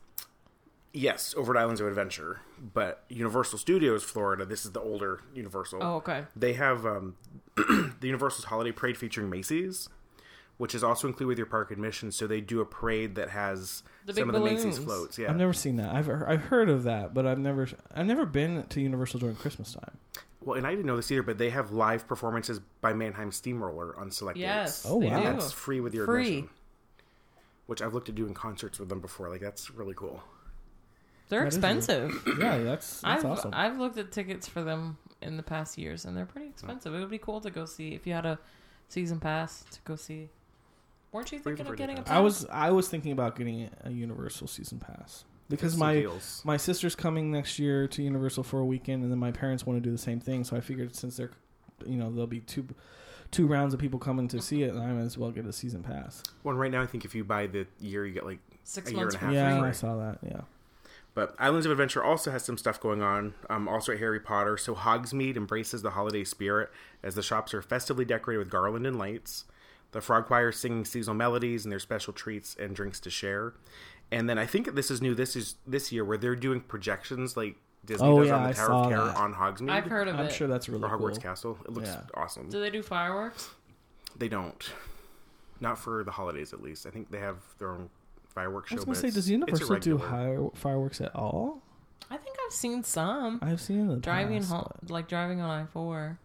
[SPEAKER 3] yes, Over Islands of Adventure, but Universal Studios Florida. This is the older Universal.
[SPEAKER 2] Oh, okay.
[SPEAKER 3] They have um, the Universal's Holiday Parade featuring Macy's, which is also included with your park admission. So they do a parade that has
[SPEAKER 2] The big
[SPEAKER 3] some of the Macy's
[SPEAKER 2] balloons.
[SPEAKER 3] floats. Yeah,
[SPEAKER 1] I've never seen that. I've I've heard of that, but I've never I've never been to Universal during Christmas time.
[SPEAKER 3] well, and I didn't know this either, but they have live performances by Mannheim Steamroller on select
[SPEAKER 2] Yes.
[SPEAKER 3] dates.
[SPEAKER 1] Oh,
[SPEAKER 2] they
[SPEAKER 1] wow.
[SPEAKER 2] do.
[SPEAKER 3] that's free with your
[SPEAKER 2] Free.
[SPEAKER 3] admission. Which I've looked at doing concerts with them before. Like that's really cool.
[SPEAKER 2] They're
[SPEAKER 1] That is nice.
[SPEAKER 2] expensive.
[SPEAKER 1] Yeah, that's that's
[SPEAKER 2] I've
[SPEAKER 1] awesome.
[SPEAKER 2] I've looked at tickets for them in the past years, and they're pretty expensive. It would be cool to go see if you had a season pass to go see. Weren't you
[SPEAKER 3] Free
[SPEAKER 2] thinking
[SPEAKER 3] for
[SPEAKER 2] of getting a
[SPEAKER 3] the
[SPEAKER 2] pass?
[SPEAKER 1] I was I was thinking about getting a Universal season pass because
[SPEAKER 3] Some
[SPEAKER 1] my
[SPEAKER 3] deals.
[SPEAKER 1] my sister's coming next year to Universal for a weekend, and then my parents want to do the same thing. So I figured since they're, you know, there'll be two two rounds of people coming to see it, and I might as well get a season pass.
[SPEAKER 3] Well, right now I think if you buy the year, you get like
[SPEAKER 2] Six
[SPEAKER 3] a year
[SPEAKER 2] months
[SPEAKER 3] and a half.
[SPEAKER 2] free.
[SPEAKER 1] yeah,
[SPEAKER 3] free.
[SPEAKER 1] I saw that. Yeah,
[SPEAKER 3] But Islands of Adventure also has some stuff going on, um, also at Harry Potter. So Hogsmeade embraces the holiday spirit as the shops are festively decorated with garland and lights. The frog choir is singing seasonal melodies and their special treats and drinks to share. And then I think this is new. This is this year where they're doing projections like Disney
[SPEAKER 1] Oh,
[SPEAKER 3] does
[SPEAKER 1] yeah,
[SPEAKER 3] on
[SPEAKER 1] I
[SPEAKER 3] the Tower of
[SPEAKER 1] saw
[SPEAKER 3] Terror
[SPEAKER 1] that.
[SPEAKER 3] on Hogsmeade
[SPEAKER 2] I've heard of
[SPEAKER 1] I'm
[SPEAKER 2] it.
[SPEAKER 1] sure that's really
[SPEAKER 3] or
[SPEAKER 1] cool.
[SPEAKER 3] Hogwarts Castle. It looks
[SPEAKER 1] Yeah.
[SPEAKER 3] awesome.
[SPEAKER 2] Do they do fireworks?
[SPEAKER 3] They don't, not for the holidays at least. I think they have their own
[SPEAKER 1] I
[SPEAKER 3] fireworks show.
[SPEAKER 1] was gonna
[SPEAKER 3] but
[SPEAKER 1] say,
[SPEAKER 3] it's-
[SPEAKER 1] does
[SPEAKER 3] it's
[SPEAKER 1] Universal do
[SPEAKER 3] irregular.
[SPEAKER 1] high, fireworks at all?
[SPEAKER 2] I think I've seen some
[SPEAKER 1] I've seen it in the
[SPEAKER 2] driving
[SPEAKER 1] past,
[SPEAKER 2] home, like driving on I four.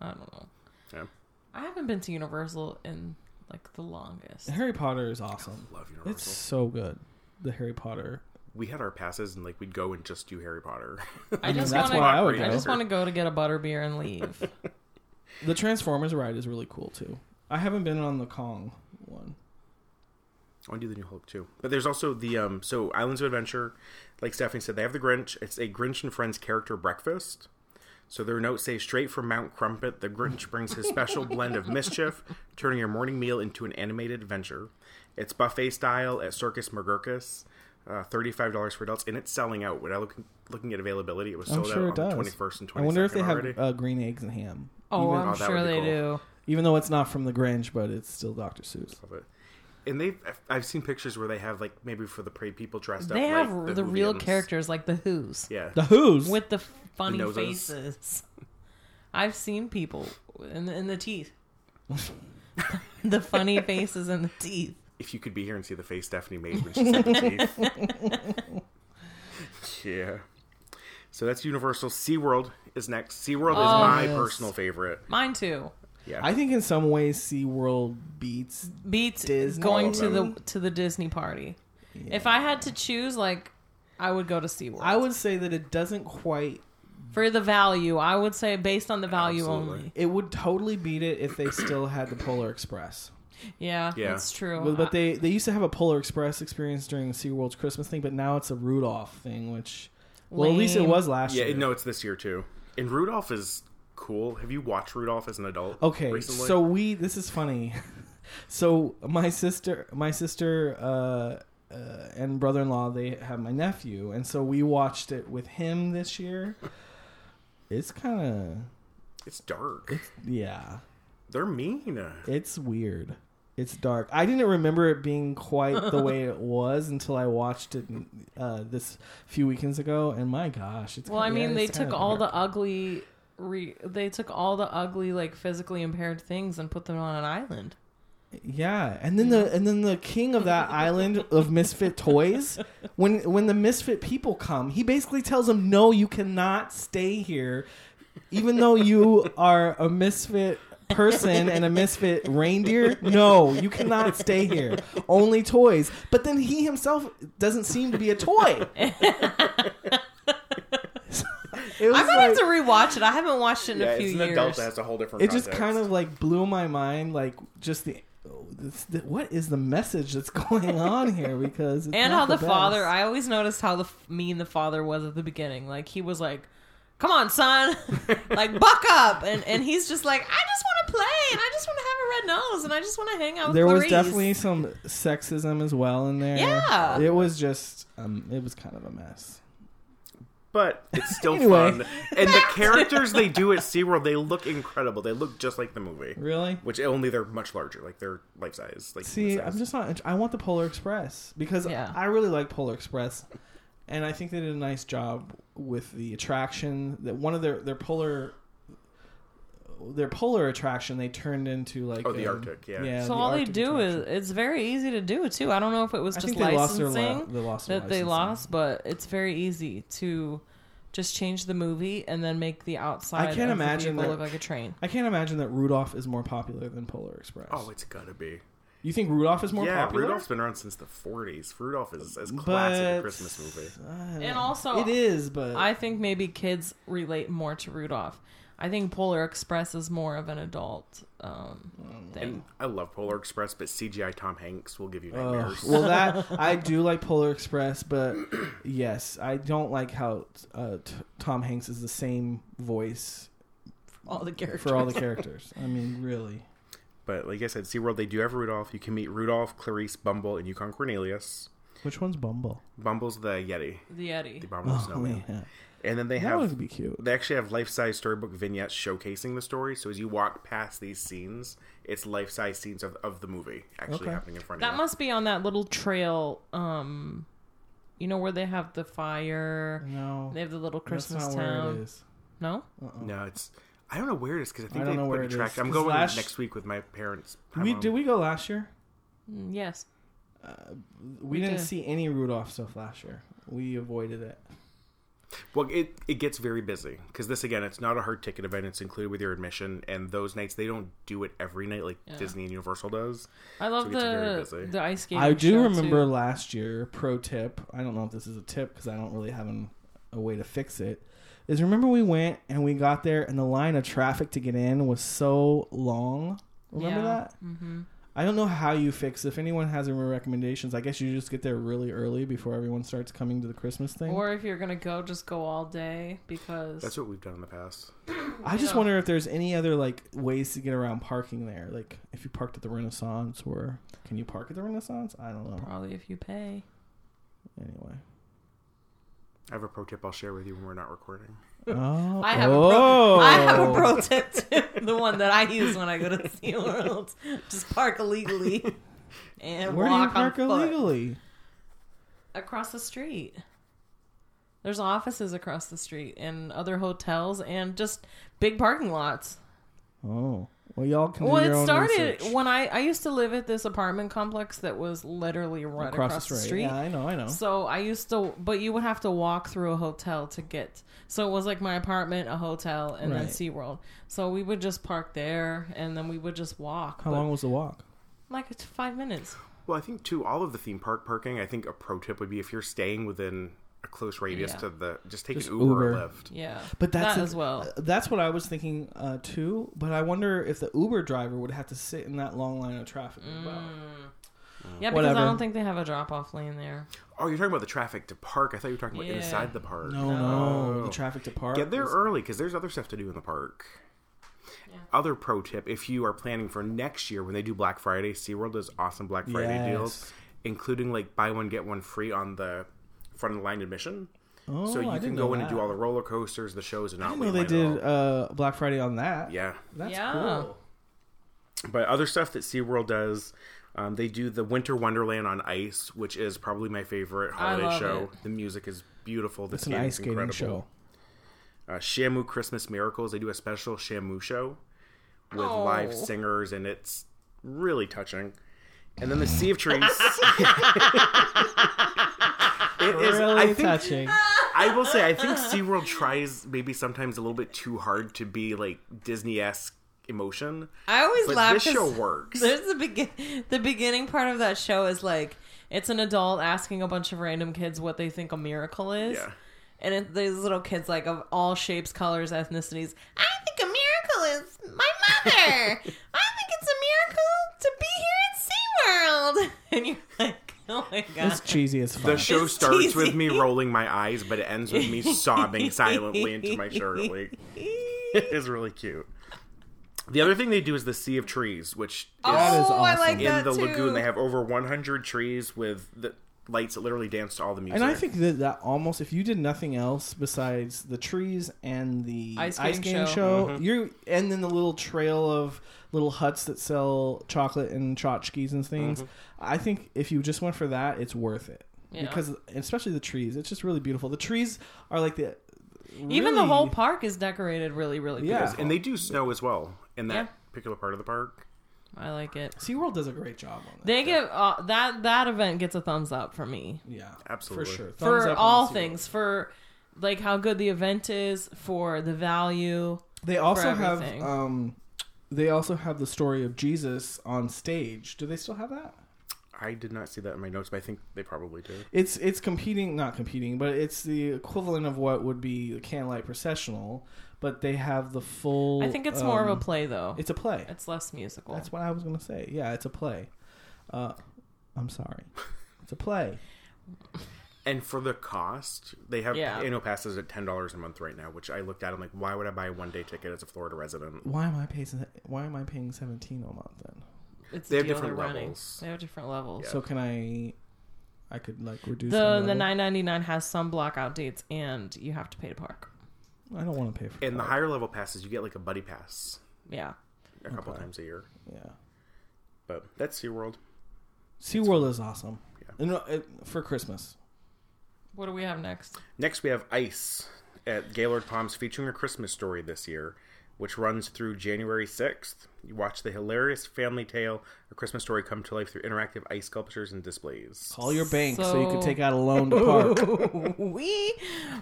[SPEAKER 2] I don't know.
[SPEAKER 3] Yeah.
[SPEAKER 2] I haven't been to Universal in like the longest.
[SPEAKER 1] but- Harry Potter is awesome.
[SPEAKER 3] Love Universal.
[SPEAKER 1] It's so good. The Harry Potter.
[SPEAKER 3] we had our passes and like we'd go and just do Harry Potter.
[SPEAKER 2] I just
[SPEAKER 1] that's
[SPEAKER 2] want to.
[SPEAKER 1] why I would
[SPEAKER 2] I
[SPEAKER 1] go.
[SPEAKER 2] just want to go to get a butter beer and leave.
[SPEAKER 1] The Transformers ride is really cool too. I haven't been on the Kong one.
[SPEAKER 3] I want to do the New Hope too. But there's also the um so Islands of Adventure, like Stephanie said, they have the Grinch. It's a Grinch and Friends character breakfast. So their notes say straight from Mount Crumpet, the Grinch brings his special blend of mischief, turning your morning meal into an animated adventure. It's buffet style at Circus McGurkus. Uh, Thirty-five dollars for adults, and it's selling out. When I look looking at availability, it was
[SPEAKER 1] I'm
[SPEAKER 3] sold
[SPEAKER 1] sure it
[SPEAKER 3] out on
[SPEAKER 1] does.
[SPEAKER 3] the twenty-first and
[SPEAKER 1] I
[SPEAKER 3] twenty-second.
[SPEAKER 1] wonder if they
[SPEAKER 3] already.
[SPEAKER 1] have uh, green eggs and ham.
[SPEAKER 2] Oh,
[SPEAKER 1] Even-
[SPEAKER 2] I'm
[SPEAKER 3] Oh, that would
[SPEAKER 2] sure
[SPEAKER 3] be
[SPEAKER 2] they
[SPEAKER 3] cool.
[SPEAKER 2] do.
[SPEAKER 1] Even though it's not from The Grinch, but it's still Dr. Seuss.
[SPEAKER 3] Love it. And they, have I've seen pictures where they have like maybe for the parade people dressed
[SPEAKER 2] They
[SPEAKER 3] up.
[SPEAKER 2] have
[SPEAKER 3] like,
[SPEAKER 2] the, real
[SPEAKER 3] Whovians.
[SPEAKER 2] characters like the Who's
[SPEAKER 3] Yeah,
[SPEAKER 1] The Who's
[SPEAKER 2] with the funny
[SPEAKER 3] noses.
[SPEAKER 2] faces. I've seen people in the, in the teeth, the funny faces and the teeth.
[SPEAKER 3] if you could be here and see the face Stephanie made when she said the teeth. yeah. So that's Universal. SeaWorld is next. SeaWorld is
[SPEAKER 2] Oh,
[SPEAKER 3] my
[SPEAKER 1] yes.
[SPEAKER 3] personal favorite.
[SPEAKER 2] Mine too.
[SPEAKER 3] Yeah.
[SPEAKER 1] I think in some ways SeaWorld beats
[SPEAKER 2] Beats
[SPEAKER 1] Disney.
[SPEAKER 2] going
[SPEAKER 1] All
[SPEAKER 2] to
[SPEAKER 1] of
[SPEAKER 2] the to the Disney party. If I had to choose, like, I would go to SeaWorld.
[SPEAKER 1] I would say that it doesn't quite
[SPEAKER 2] for the value, I would say based on the value
[SPEAKER 3] Absolutely.
[SPEAKER 2] only.
[SPEAKER 1] it would totally beat it if they still had the Polar Express.
[SPEAKER 2] Yeah,
[SPEAKER 3] Yeah.
[SPEAKER 2] that's true.
[SPEAKER 1] But, but
[SPEAKER 2] I-
[SPEAKER 1] they they used to have a Polar Express experience during SeaWorld's Christmas thing, but now it's a Rudolph thing, which well at least it
[SPEAKER 2] Lame.
[SPEAKER 1] was last
[SPEAKER 3] yeah,
[SPEAKER 1] year.
[SPEAKER 3] no, it's this year too. And Rudolph is cool. Have you watched Rudolph as an adult?
[SPEAKER 1] Okay,
[SPEAKER 3] recently?
[SPEAKER 1] so we this is funny. so my sister my sister uh uh, and brother in law, they have my nephew, and so we watched it with him this year. It's kind
[SPEAKER 3] It's dark.
[SPEAKER 1] of yeah,
[SPEAKER 3] They're mean.
[SPEAKER 1] it's weird. It's dark. I didn't remember it being quite the way it was until I watched it uh, this few weekends ago, and my gosh, it's
[SPEAKER 2] Well, I
[SPEAKER 1] kinda- yeah,
[SPEAKER 2] mean, they
[SPEAKER 1] it's kinda
[SPEAKER 2] took all
[SPEAKER 1] dark.
[SPEAKER 2] the ugly, re- they took all the ugly, like physically impaired things and put them on an island.
[SPEAKER 1] yeah, and then the and then the king of that island of misfit toys, when when the misfit people come, he basically tells them, "No, you cannot stay here, even though you are a misfit." Person and a misfit reindeer? No, you cannot stay here. Only toys. But then he himself doesn't seem to be a toy. it was
[SPEAKER 2] I'm gonna
[SPEAKER 1] like-
[SPEAKER 2] have to rewatch it. I haven't watched it in
[SPEAKER 3] yeah,
[SPEAKER 2] a few
[SPEAKER 3] it's an
[SPEAKER 2] years.
[SPEAKER 3] adult that has a whole different.
[SPEAKER 1] it just
[SPEAKER 3] context.
[SPEAKER 1] kind of like blew my mind like just the, oh, this, the what is the message that's going on here because it's
[SPEAKER 2] and
[SPEAKER 1] not
[SPEAKER 2] how the,
[SPEAKER 1] best.
[SPEAKER 2] father, I always noticed how the f- mean the father was at the beginning. Like he was like, "Come on, son, like buck up," and and he's just like, "I just want to play, and I just want to have a red nose, and I just want to hang out." With
[SPEAKER 1] there was
[SPEAKER 2] Clarice."
[SPEAKER 1] definitely some sexism as well in there
[SPEAKER 2] Yeah.
[SPEAKER 1] it was just um it was kind of a mess
[SPEAKER 3] but it's still
[SPEAKER 1] Anyway.
[SPEAKER 3] fun. And the characters they do at SeaWorld, they look incredible. They look just like the movie,
[SPEAKER 1] really
[SPEAKER 3] which only they're much larger, like they're life size. Like
[SPEAKER 1] see
[SPEAKER 3] size.
[SPEAKER 1] i'm just not int- i want the polar express because
[SPEAKER 2] Yeah.
[SPEAKER 1] i really like polar express and i think they did a nice job with the attraction that one of their their polar their polar attraction they turned into like
[SPEAKER 3] Oh, the
[SPEAKER 1] um,
[SPEAKER 3] Arctic, yeah.
[SPEAKER 2] So all
[SPEAKER 1] they
[SPEAKER 2] they do is it's very easy to do it too. I don't know if it was
[SPEAKER 1] I
[SPEAKER 2] just
[SPEAKER 1] think they lost
[SPEAKER 2] licensing
[SPEAKER 1] their li- they lost their
[SPEAKER 2] that they
[SPEAKER 1] licensing.
[SPEAKER 2] lost, but it's very easy to just change the movie and then make the
[SPEAKER 1] I
[SPEAKER 2] outside.
[SPEAKER 1] can't
[SPEAKER 2] of the
[SPEAKER 1] imagine
[SPEAKER 2] vehicle
[SPEAKER 1] that-
[SPEAKER 2] look like a train.
[SPEAKER 1] I can't imagine that Rudolph is more popular than Polar Express.
[SPEAKER 3] oh, it's gotta be.
[SPEAKER 1] you think Rudolph is more
[SPEAKER 3] yeah,
[SPEAKER 1] popular?
[SPEAKER 3] Rudolph's been around since the 40s. Rudolph is as classic a
[SPEAKER 1] But-
[SPEAKER 3] Christmas movie.
[SPEAKER 2] And also,
[SPEAKER 1] it is, but
[SPEAKER 2] I think maybe kids relate more to Rudolph. I think Polar Express is more of an adult um,
[SPEAKER 1] Mm,
[SPEAKER 2] thing.
[SPEAKER 3] I love Polar Express, but CGI Tom Hanks will give you
[SPEAKER 1] Ugh.
[SPEAKER 3] nightmares.
[SPEAKER 1] well, that I do like Polar Express, but yes, I don't like how uh, t- Tom Hanks is the same voice
[SPEAKER 2] all the characters.
[SPEAKER 1] for all the characters. I mean, really,
[SPEAKER 3] But like I said, SeaWorld, they do have Rudolph. You can meet Rudolph, Clarice, Bumble, and Yukon Cornelius.
[SPEAKER 1] which one's Bumble?
[SPEAKER 3] Bumble's the Yeti,
[SPEAKER 2] the
[SPEAKER 3] the
[SPEAKER 2] Yeti.
[SPEAKER 3] Bumble Snowman.
[SPEAKER 1] yeah.
[SPEAKER 3] And then they
[SPEAKER 1] Oh, that
[SPEAKER 3] have
[SPEAKER 1] would be cute.
[SPEAKER 3] they actually have life-size storybook vignettes showcasing the story. So as you walk past these scenes, it's life-size scenes of, of the movie actually
[SPEAKER 1] Okay.
[SPEAKER 3] happening in front
[SPEAKER 2] That
[SPEAKER 3] of
[SPEAKER 2] must be on that little trail. Um, you know where they have the fire.
[SPEAKER 1] No,
[SPEAKER 2] They have the little
[SPEAKER 1] Mm. that's
[SPEAKER 2] Christmas
[SPEAKER 1] not
[SPEAKER 2] town.
[SPEAKER 1] where it is.
[SPEAKER 2] No,
[SPEAKER 3] you. No, it's I don't know where it is because I think
[SPEAKER 1] I
[SPEAKER 3] they
[SPEAKER 1] don't know
[SPEAKER 3] put
[SPEAKER 1] where
[SPEAKER 3] a
[SPEAKER 1] it
[SPEAKER 3] track.
[SPEAKER 1] is,
[SPEAKER 3] I'm
[SPEAKER 1] 'cause
[SPEAKER 3] going
[SPEAKER 1] last-
[SPEAKER 3] next week with my parents. um, my
[SPEAKER 1] We
[SPEAKER 3] mom.
[SPEAKER 1] did we go last year?
[SPEAKER 2] Mm, yes.
[SPEAKER 1] We,
[SPEAKER 2] We
[SPEAKER 1] didn't
[SPEAKER 2] did.
[SPEAKER 1] see any Rudolph stuff last year. We avoided it.
[SPEAKER 3] Well, it, it gets very busy because this again, it's not a hard ticket event. It's included with your admission, and those nights they don't do it every night like
[SPEAKER 2] Yeah.
[SPEAKER 3] Disney and Universal does.
[SPEAKER 2] I love
[SPEAKER 3] it gets very
[SPEAKER 2] the
[SPEAKER 3] busy.
[SPEAKER 2] the ice skating.
[SPEAKER 1] I do
[SPEAKER 2] show,
[SPEAKER 1] remember
[SPEAKER 2] too.
[SPEAKER 1] last year, pro tip, I don't know if this is a tip because I don't really have an, a way to fix it, is remember we went and we got there and the line of traffic to get in was so long. Remember
[SPEAKER 2] Yeah.
[SPEAKER 1] that?
[SPEAKER 2] Mhm.
[SPEAKER 1] I don't know how you fix If anyone has any recommendations, I guess you just get there really early before everyone starts coming to the Christmas thing.
[SPEAKER 2] Or if you're gonna go, just go all day because
[SPEAKER 3] That's what we've done in the past.
[SPEAKER 1] I just
[SPEAKER 2] yeah.
[SPEAKER 1] wonder if there's any other like ways to get around parking there. Like if you parked at the Renaissance or can you park at the Renaissance? I don't know.
[SPEAKER 2] probably if you pay.
[SPEAKER 1] Anyway.
[SPEAKER 3] I have a pro tip I'll share with you when we're not recording.
[SPEAKER 1] Oh,
[SPEAKER 2] I have a pro, I have a pro tip too. the one that I use when I go to SeaWorld. Just park illegally and
[SPEAKER 1] Where do you
[SPEAKER 2] walk
[SPEAKER 1] park
[SPEAKER 2] on foot
[SPEAKER 1] illegally?
[SPEAKER 2] across the street. There's offices across the street and other hotels and just big parking lots.
[SPEAKER 1] Oh, well, y'all can.
[SPEAKER 2] well,
[SPEAKER 1] do your
[SPEAKER 2] it
[SPEAKER 1] own
[SPEAKER 2] started
[SPEAKER 1] research.
[SPEAKER 2] when I I used to live at this apartment complex that was literally right across, the street.
[SPEAKER 1] Yeah, I know, I know.
[SPEAKER 2] So I used to, but you would have to walk through a hotel to get. So it was like my apartment, a hotel, and then
[SPEAKER 1] Right.
[SPEAKER 2] SeaWorld. So we would just park there, and then we would just walk.
[SPEAKER 1] How
[SPEAKER 2] but-
[SPEAKER 1] long was the walk?
[SPEAKER 2] Like it's five minutes.
[SPEAKER 3] Well, I think too, all of the theme park parking. I think a pro tip would be if you're staying within a close radius
[SPEAKER 2] Yeah.
[SPEAKER 3] to the, just take
[SPEAKER 1] Just
[SPEAKER 3] an Uber,
[SPEAKER 1] Uber.
[SPEAKER 3] or Lyft.
[SPEAKER 2] Yeah,
[SPEAKER 1] But that's
[SPEAKER 2] that
[SPEAKER 1] a- uh,
[SPEAKER 2] as well.
[SPEAKER 1] That's what I was thinking uh, too. But I wonder if the Uber driver would have to sit in that long line of traffic as well.
[SPEAKER 2] Mm, Yeah, because
[SPEAKER 1] Whatever.
[SPEAKER 2] I don't think they have a drop off lane there.
[SPEAKER 3] Oh, you're talking about the traffic to park. I thought you were talking about
[SPEAKER 2] Yeah.
[SPEAKER 3] inside the park.
[SPEAKER 1] No, no, the traffic to park.
[SPEAKER 3] Get there
[SPEAKER 1] was-
[SPEAKER 3] early because there's other stuff to do in the park. Other pro tip if you are planning for next year when they do Black Friday, SeaWorld does awesome Black Friday
[SPEAKER 1] Yes.
[SPEAKER 3] deals. including like buy one get one free on the front of the line admission.
[SPEAKER 1] Oh,
[SPEAKER 3] so
[SPEAKER 1] I
[SPEAKER 3] you
[SPEAKER 1] didn't
[SPEAKER 3] can
[SPEAKER 1] know
[SPEAKER 3] go in and
[SPEAKER 1] that.
[SPEAKER 3] do all the roller coasters, the shows, and not
[SPEAKER 1] I didn't
[SPEAKER 3] wait
[SPEAKER 1] know they
[SPEAKER 3] in line at
[SPEAKER 1] did
[SPEAKER 3] all.
[SPEAKER 1] uh, Black Friday on that.
[SPEAKER 3] yeah,
[SPEAKER 1] That's
[SPEAKER 2] Yeah.
[SPEAKER 1] cool.
[SPEAKER 3] but other stuff that SeaWorld does, um, they do the Winter Wonderland on ice, which is probably my favorite holiday
[SPEAKER 2] love
[SPEAKER 3] show.
[SPEAKER 2] it.
[SPEAKER 3] The music is beautiful. The
[SPEAKER 1] It's an
[SPEAKER 3] skating's
[SPEAKER 1] ice skating
[SPEAKER 3] incredible.
[SPEAKER 1] show.
[SPEAKER 3] Uh, Shamu Christmas Miracles. They do a special Shamu show with
[SPEAKER 2] Oh.
[SPEAKER 3] live singers, and it's really touching. And then the Sea of Trees. it is.
[SPEAKER 1] really
[SPEAKER 3] I think
[SPEAKER 1] touching.
[SPEAKER 3] I will say I think SeaWorld tries maybe sometimes a little bit too hard to be like Disney esque emotion.
[SPEAKER 2] I always
[SPEAKER 3] But
[SPEAKER 2] laugh.
[SPEAKER 3] this
[SPEAKER 2] 'cause
[SPEAKER 3] show works.
[SPEAKER 2] There's the begin the beginning part of that show is like it's an adult asking a bunch of random kids what they think a miracle is.
[SPEAKER 3] Yeah.
[SPEAKER 2] And it, these little kids, like of all shapes, colors, ethnicities, I think a miracle is my mother. I think it's a miracle to be here at SeaWorld. And you're like, oh my god,
[SPEAKER 1] It's cheesy as
[SPEAKER 3] The
[SPEAKER 1] fuck.
[SPEAKER 3] show
[SPEAKER 2] It's
[SPEAKER 3] starts
[SPEAKER 2] cheesy.
[SPEAKER 3] with me rolling my eyes, but it ends with me sobbing silently into my shirt. Like it is really cute. The other thing they do is the Sea of Trees, which is
[SPEAKER 1] That is
[SPEAKER 2] oh, I
[SPEAKER 1] awesome.
[SPEAKER 2] like
[SPEAKER 3] in
[SPEAKER 2] that
[SPEAKER 3] the
[SPEAKER 2] too.
[SPEAKER 3] lagoon. They have over 100 trees with the lights that literally dance to all the music.
[SPEAKER 1] and I think that that almost, if you did nothing else besides the trees and the
[SPEAKER 2] Ice
[SPEAKER 1] ice,
[SPEAKER 2] skating
[SPEAKER 1] skating
[SPEAKER 2] show.
[SPEAKER 1] show, you and then the little trail of little huts that sell chocolate and tchotchkes and things. I think if you just went for that, it's worth it
[SPEAKER 2] Yeah.
[SPEAKER 1] because especially the trees. It's just really beautiful. The trees are like the
[SPEAKER 2] Even the
[SPEAKER 1] really-
[SPEAKER 2] whole park is decorated really, really
[SPEAKER 1] Yeah.
[SPEAKER 2] beautiful.
[SPEAKER 3] and they do snow as well in that
[SPEAKER 2] Yeah.
[SPEAKER 3] particular part of the park.
[SPEAKER 2] I like it.
[SPEAKER 1] SeaWorld does a great job on that.
[SPEAKER 2] They give uh, that that event gets a thumbs up for me
[SPEAKER 1] yeah,
[SPEAKER 3] Absolutely.
[SPEAKER 1] for sure. Thumbs
[SPEAKER 2] for
[SPEAKER 1] up on
[SPEAKER 2] all
[SPEAKER 1] SeaWorld.
[SPEAKER 2] things for like how good the event is for the value.
[SPEAKER 1] They also have
[SPEAKER 2] everything.
[SPEAKER 1] um, they also have the story of Jesus on stage. Do they still have that?
[SPEAKER 3] I did not see that in my notes, but I think they probably do.
[SPEAKER 1] It's it's competing, not competing, but it's the equivalent of what would be the candlelight processional, but they have the full.
[SPEAKER 2] I think it's more of a
[SPEAKER 1] um,
[SPEAKER 2] play though.
[SPEAKER 1] It's a play.
[SPEAKER 2] It's less musical.
[SPEAKER 1] That's what I was gonna say. Yeah, it's a play. Uh, I'm sorry, it's a play.
[SPEAKER 3] And for the cost, they have
[SPEAKER 2] Yeah.
[SPEAKER 3] annual passes at ten dollars a month right now, which I looked at. I'm like, why would I buy a one day ticket as a Florida resident?
[SPEAKER 1] Why am I paying? Why am I paying seventeen a month then?
[SPEAKER 2] It's
[SPEAKER 3] They
[SPEAKER 2] a
[SPEAKER 3] have
[SPEAKER 2] deal
[SPEAKER 3] different
[SPEAKER 2] they're running.
[SPEAKER 3] levels.
[SPEAKER 2] They have different levels.
[SPEAKER 1] So can I? I could like reduce
[SPEAKER 2] The
[SPEAKER 1] my
[SPEAKER 2] the
[SPEAKER 1] level?
[SPEAKER 2] nine ninety nine has some blockout dates and you have to pay to park.
[SPEAKER 1] I don't want to pay for.
[SPEAKER 3] And the
[SPEAKER 1] that.
[SPEAKER 3] higher level passes, you get like a buddy pass
[SPEAKER 2] Yeah.
[SPEAKER 3] a couple times a year.
[SPEAKER 1] yeah.
[SPEAKER 3] But that's SeaWorld.
[SPEAKER 1] SeaWorld is awesome.
[SPEAKER 3] Yeah.
[SPEAKER 1] And, uh, it- for Christmas.
[SPEAKER 2] What do we have next?
[SPEAKER 3] Next, we have Ice at Gaylord Palms featuring a Christmas story this year, which runs through January 6th. You watch the hilarious family tale, A Christmas Story, come to life through interactive ice sculptures and displays.
[SPEAKER 1] Call your bank so, you can
[SPEAKER 2] So-
[SPEAKER 1] take out a loan to park.
[SPEAKER 2] we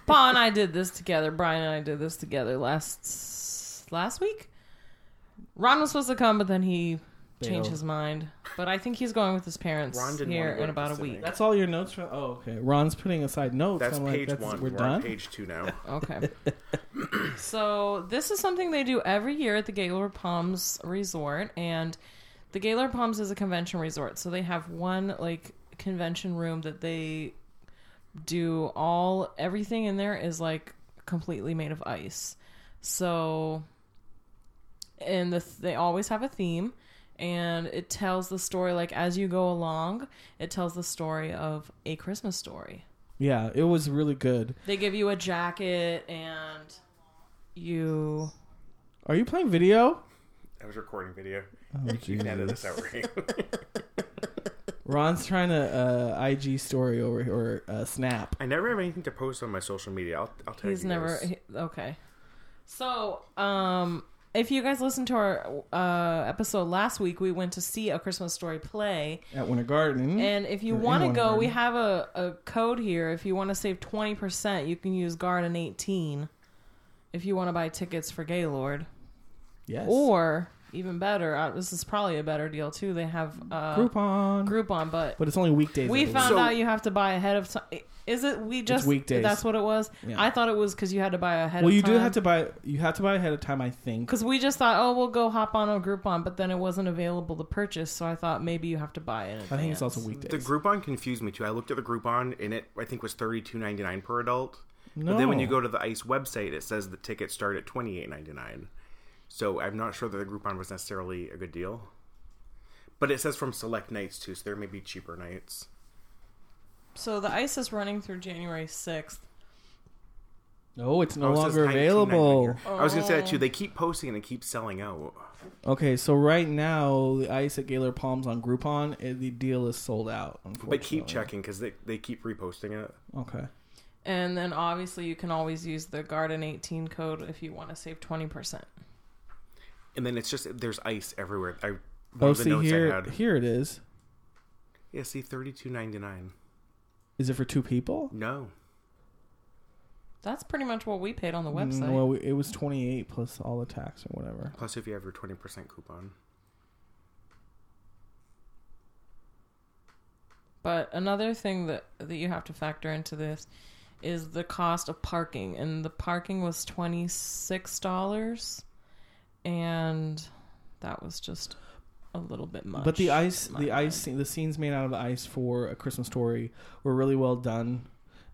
[SPEAKER 2] Paul and I did this together. Brian and I did this together last last week. Ron was supposed to come, but then he changed
[SPEAKER 1] Bailed.
[SPEAKER 2] his mind. But I think he's going with his parents
[SPEAKER 3] Ron didn't
[SPEAKER 2] here
[SPEAKER 3] wanna go
[SPEAKER 2] in
[SPEAKER 3] to
[SPEAKER 2] about a
[SPEAKER 3] Disney.
[SPEAKER 2] week.
[SPEAKER 1] that's all your notes for. Oh, okay. Ron's putting aside notes.
[SPEAKER 3] That's
[SPEAKER 1] I'm like,
[SPEAKER 3] page
[SPEAKER 1] that's,
[SPEAKER 3] one.
[SPEAKER 1] We're,
[SPEAKER 3] We're, on
[SPEAKER 1] done.
[SPEAKER 3] page two now.
[SPEAKER 2] Okay. so this is something they do every year at the Gaylord Palms Resort, and the Gaylord Palms is a convention resort, so they have one like convention room that they do all everything in there is like completely made of ice. So, and the th- they always have a theme. And it tells the story, like as you go along, it tells the story of a Christmas story
[SPEAKER 1] Yeah, it was really good.
[SPEAKER 2] they give you a jacket and you
[SPEAKER 1] Are you playing video?
[SPEAKER 3] I was recording video.
[SPEAKER 1] Oh,
[SPEAKER 3] You can edit
[SPEAKER 1] Jesus.
[SPEAKER 3] this out, right?
[SPEAKER 1] Ron's trying to uh, IG story over here, or uh, snap.
[SPEAKER 3] I never have anything to post on my social media. I'll, I'll tell you.
[SPEAKER 2] he's never
[SPEAKER 3] guys.
[SPEAKER 2] he, okay so um if you guys listened to our uh episode last week we went to see a christmas story play
[SPEAKER 1] At Winter Garden.
[SPEAKER 2] and if you
[SPEAKER 1] Or in
[SPEAKER 2] want to
[SPEAKER 1] Winter
[SPEAKER 2] go we
[SPEAKER 1] Garden.
[SPEAKER 2] have a, a code here if you want to save 20% you can use garden 18 if you want to buy tickets for gaylord
[SPEAKER 1] yes.
[SPEAKER 2] or even better uh, this is probably a better deal too they have uh
[SPEAKER 1] Groupon.
[SPEAKER 2] groupon but
[SPEAKER 1] but it's only weekdays.
[SPEAKER 2] We
[SPEAKER 1] I believe.
[SPEAKER 2] found
[SPEAKER 3] So-
[SPEAKER 2] out you have to buy ahead of time. Is it we just
[SPEAKER 1] weekdays.
[SPEAKER 2] That's what it was.
[SPEAKER 1] Yeah.
[SPEAKER 2] I thought it was because you had to buy ahead.
[SPEAKER 1] Well,
[SPEAKER 2] of
[SPEAKER 1] you
[SPEAKER 2] time.
[SPEAKER 1] do have to buy. You have to buy ahead of time, I think.
[SPEAKER 2] because we just thought, oh, we'll go hop on a Groupon, but then it wasn't available to purchase. So I thought maybe you have to buy it.
[SPEAKER 1] I think it's also weekdays.
[SPEAKER 3] The Groupon confused me too. I looked at the Groupon and it I think was thirty two ninety nine per adult. But then when you
[SPEAKER 1] No.
[SPEAKER 3] go to the ICE website, it says the tickets start at twenty eight ninety nine. So I'm not sure that the Groupon was necessarily a good deal. But it says from select nights too, so there may be cheaper nights.
[SPEAKER 2] So the ice is running through January 6th.
[SPEAKER 1] No, it's no
[SPEAKER 3] Oh, it says
[SPEAKER 1] longer
[SPEAKER 3] 1999
[SPEAKER 1] available.
[SPEAKER 3] here. I was gonna say that too. They keep posting and they keep selling out.
[SPEAKER 1] Okay, so right now the ice at Gaylor Palms on Groupon, eh, the deal is sold out. Unfortunately.
[SPEAKER 3] But keep checking because they, they keep reposting it.
[SPEAKER 1] Okay.
[SPEAKER 2] And then obviously you can always use the Garden 18 code if you want to save 20%.
[SPEAKER 3] And then it's just there's ice everywhere. I one
[SPEAKER 1] Oh,
[SPEAKER 3] of the
[SPEAKER 1] see
[SPEAKER 3] notes I
[SPEAKER 1] here,
[SPEAKER 3] had.
[SPEAKER 1] here it is.
[SPEAKER 3] Yeah, see thirty two ninety nine.
[SPEAKER 1] Is it for two people?
[SPEAKER 3] No.
[SPEAKER 2] That's pretty much what we paid on the
[SPEAKER 1] Mm,
[SPEAKER 2] website.
[SPEAKER 1] Well, we- it was twenty eight plus all the tax or whatever.
[SPEAKER 3] Plus if you have your twenty percent coupon.
[SPEAKER 2] But another thing that that you have to factor into this is the cost of parking, and the parking was twenty six dollars, and that was just a little bit much.
[SPEAKER 1] But the ice,
[SPEAKER 2] in my
[SPEAKER 1] the
[SPEAKER 2] mind.
[SPEAKER 1] ice, scene- the scenes made out of ice for A Christmas Story were really well done,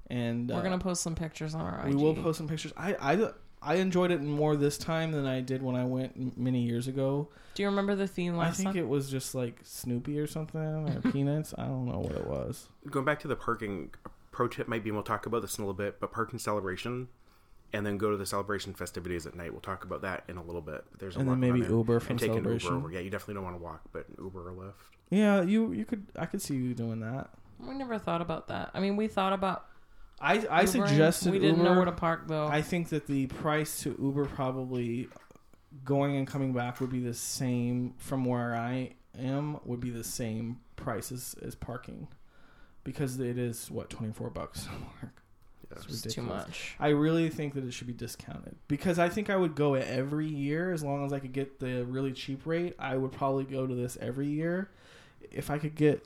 [SPEAKER 1] and
[SPEAKER 2] We're
[SPEAKER 1] uh,
[SPEAKER 2] gonna post some pictures on our.
[SPEAKER 1] we
[SPEAKER 2] IG.
[SPEAKER 1] will post some pictures. I, I I enjoyed it more this time than I did when I went m- many years ago.
[SPEAKER 2] Do you remember the theme
[SPEAKER 1] I
[SPEAKER 2] last
[SPEAKER 1] think
[SPEAKER 2] time?
[SPEAKER 1] it was just like Snoopy or something or Peanuts. I don't know what it was.
[SPEAKER 3] Going back to the parking pro tip might be and we'll talk about this in a little bit, but parking celebration and then go to the celebration festivities at night. We'll talk about that in a little bit. There's a
[SPEAKER 1] And
[SPEAKER 3] lot
[SPEAKER 1] then maybe
[SPEAKER 3] on there.
[SPEAKER 1] Uber from
[SPEAKER 3] and take an Uber
[SPEAKER 1] celebration.
[SPEAKER 3] over. Yeah, you definitely don't want to walk, but Uber or Lyft.
[SPEAKER 1] Yeah, you you could I could see you doing that.
[SPEAKER 2] we never thought about that. I mean, we thought about.
[SPEAKER 1] I I
[SPEAKER 2] Ubering.
[SPEAKER 1] suggested
[SPEAKER 2] we didn't
[SPEAKER 1] Uber.
[SPEAKER 2] know where to park though.
[SPEAKER 1] I think that the price to Uber probably going and coming back would be the same from where I am would be the same price as, as parking because it is what 24 bucks to park.
[SPEAKER 3] Yeah.
[SPEAKER 1] It's
[SPEAKER 2] it's too
[SPEAKER 1] ridiculous.
[SPEAKER 2] much.
[SPEAKER 1] I really think that it should be discounted because I think I would go every year as long as I could get the really cheap rate. I would probably go to this every year if I could get.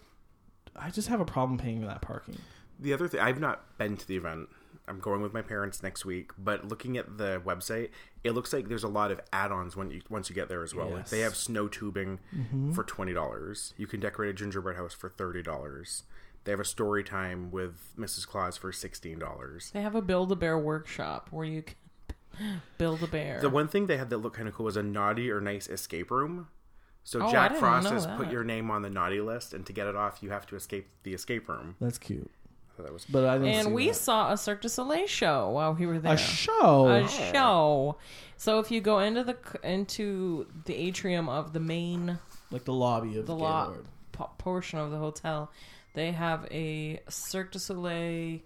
[SPEAKER 1] I just have a problem paying for that parking.
[SPEAKER 3] The other thing, I've not been to the event. I'm going with my parents next week, but looking at the website, it looks like there's a lot of add-ons when you once you get there as well. Like they
[SPEAKER 1] Yes. Mm-hmm.
[SPEAKER 3] have snow tubing for twenty dollars. You can decorate a gingerbread house for thirty dollars. They have a story time with Mrs. Claus for sixteen dollars.
[SPEAKER 2] They have a build a bear workshop where you can build a bear.
[SPEAKER 3] The one thing they had that looked kind of cool was a naughty or nice escape room. So
[SPEAKER 2] Oh, I
[SPEAKER 3] Jack
[SPEAKER 2] didn't
[SPEAKER 3] Frost
[SPEAKER 2] know
[SPEAKER 3] has
[SPEAKER 2] that.
[SPEAKER 3] put your name on the naughty list, and to get it off, you have to escape the escape room.
[SPEAKER 1] That's cute,
[SPEAKER 3] So that was
[SPEAKER 1] but I didn't. see
[SPEAKER 2] and we
[SPEAKER 1] that.
[SPEAKER 2] saw a Cirque du Soleil show while we were there.
[SPEAKER 1] a show.
[SPEAKER 2] a show. So if you go into the into the atrium of the main
[SPEAKER 1] like the lobby of
[SPEAKER 2] the
[SPEAKER 1] the
[SPEAKER 2] lot
[SPEAKER 1] Gaylord.
[SPEAKER 2] po- portion of the hotel, they have a Cirque du Soleil.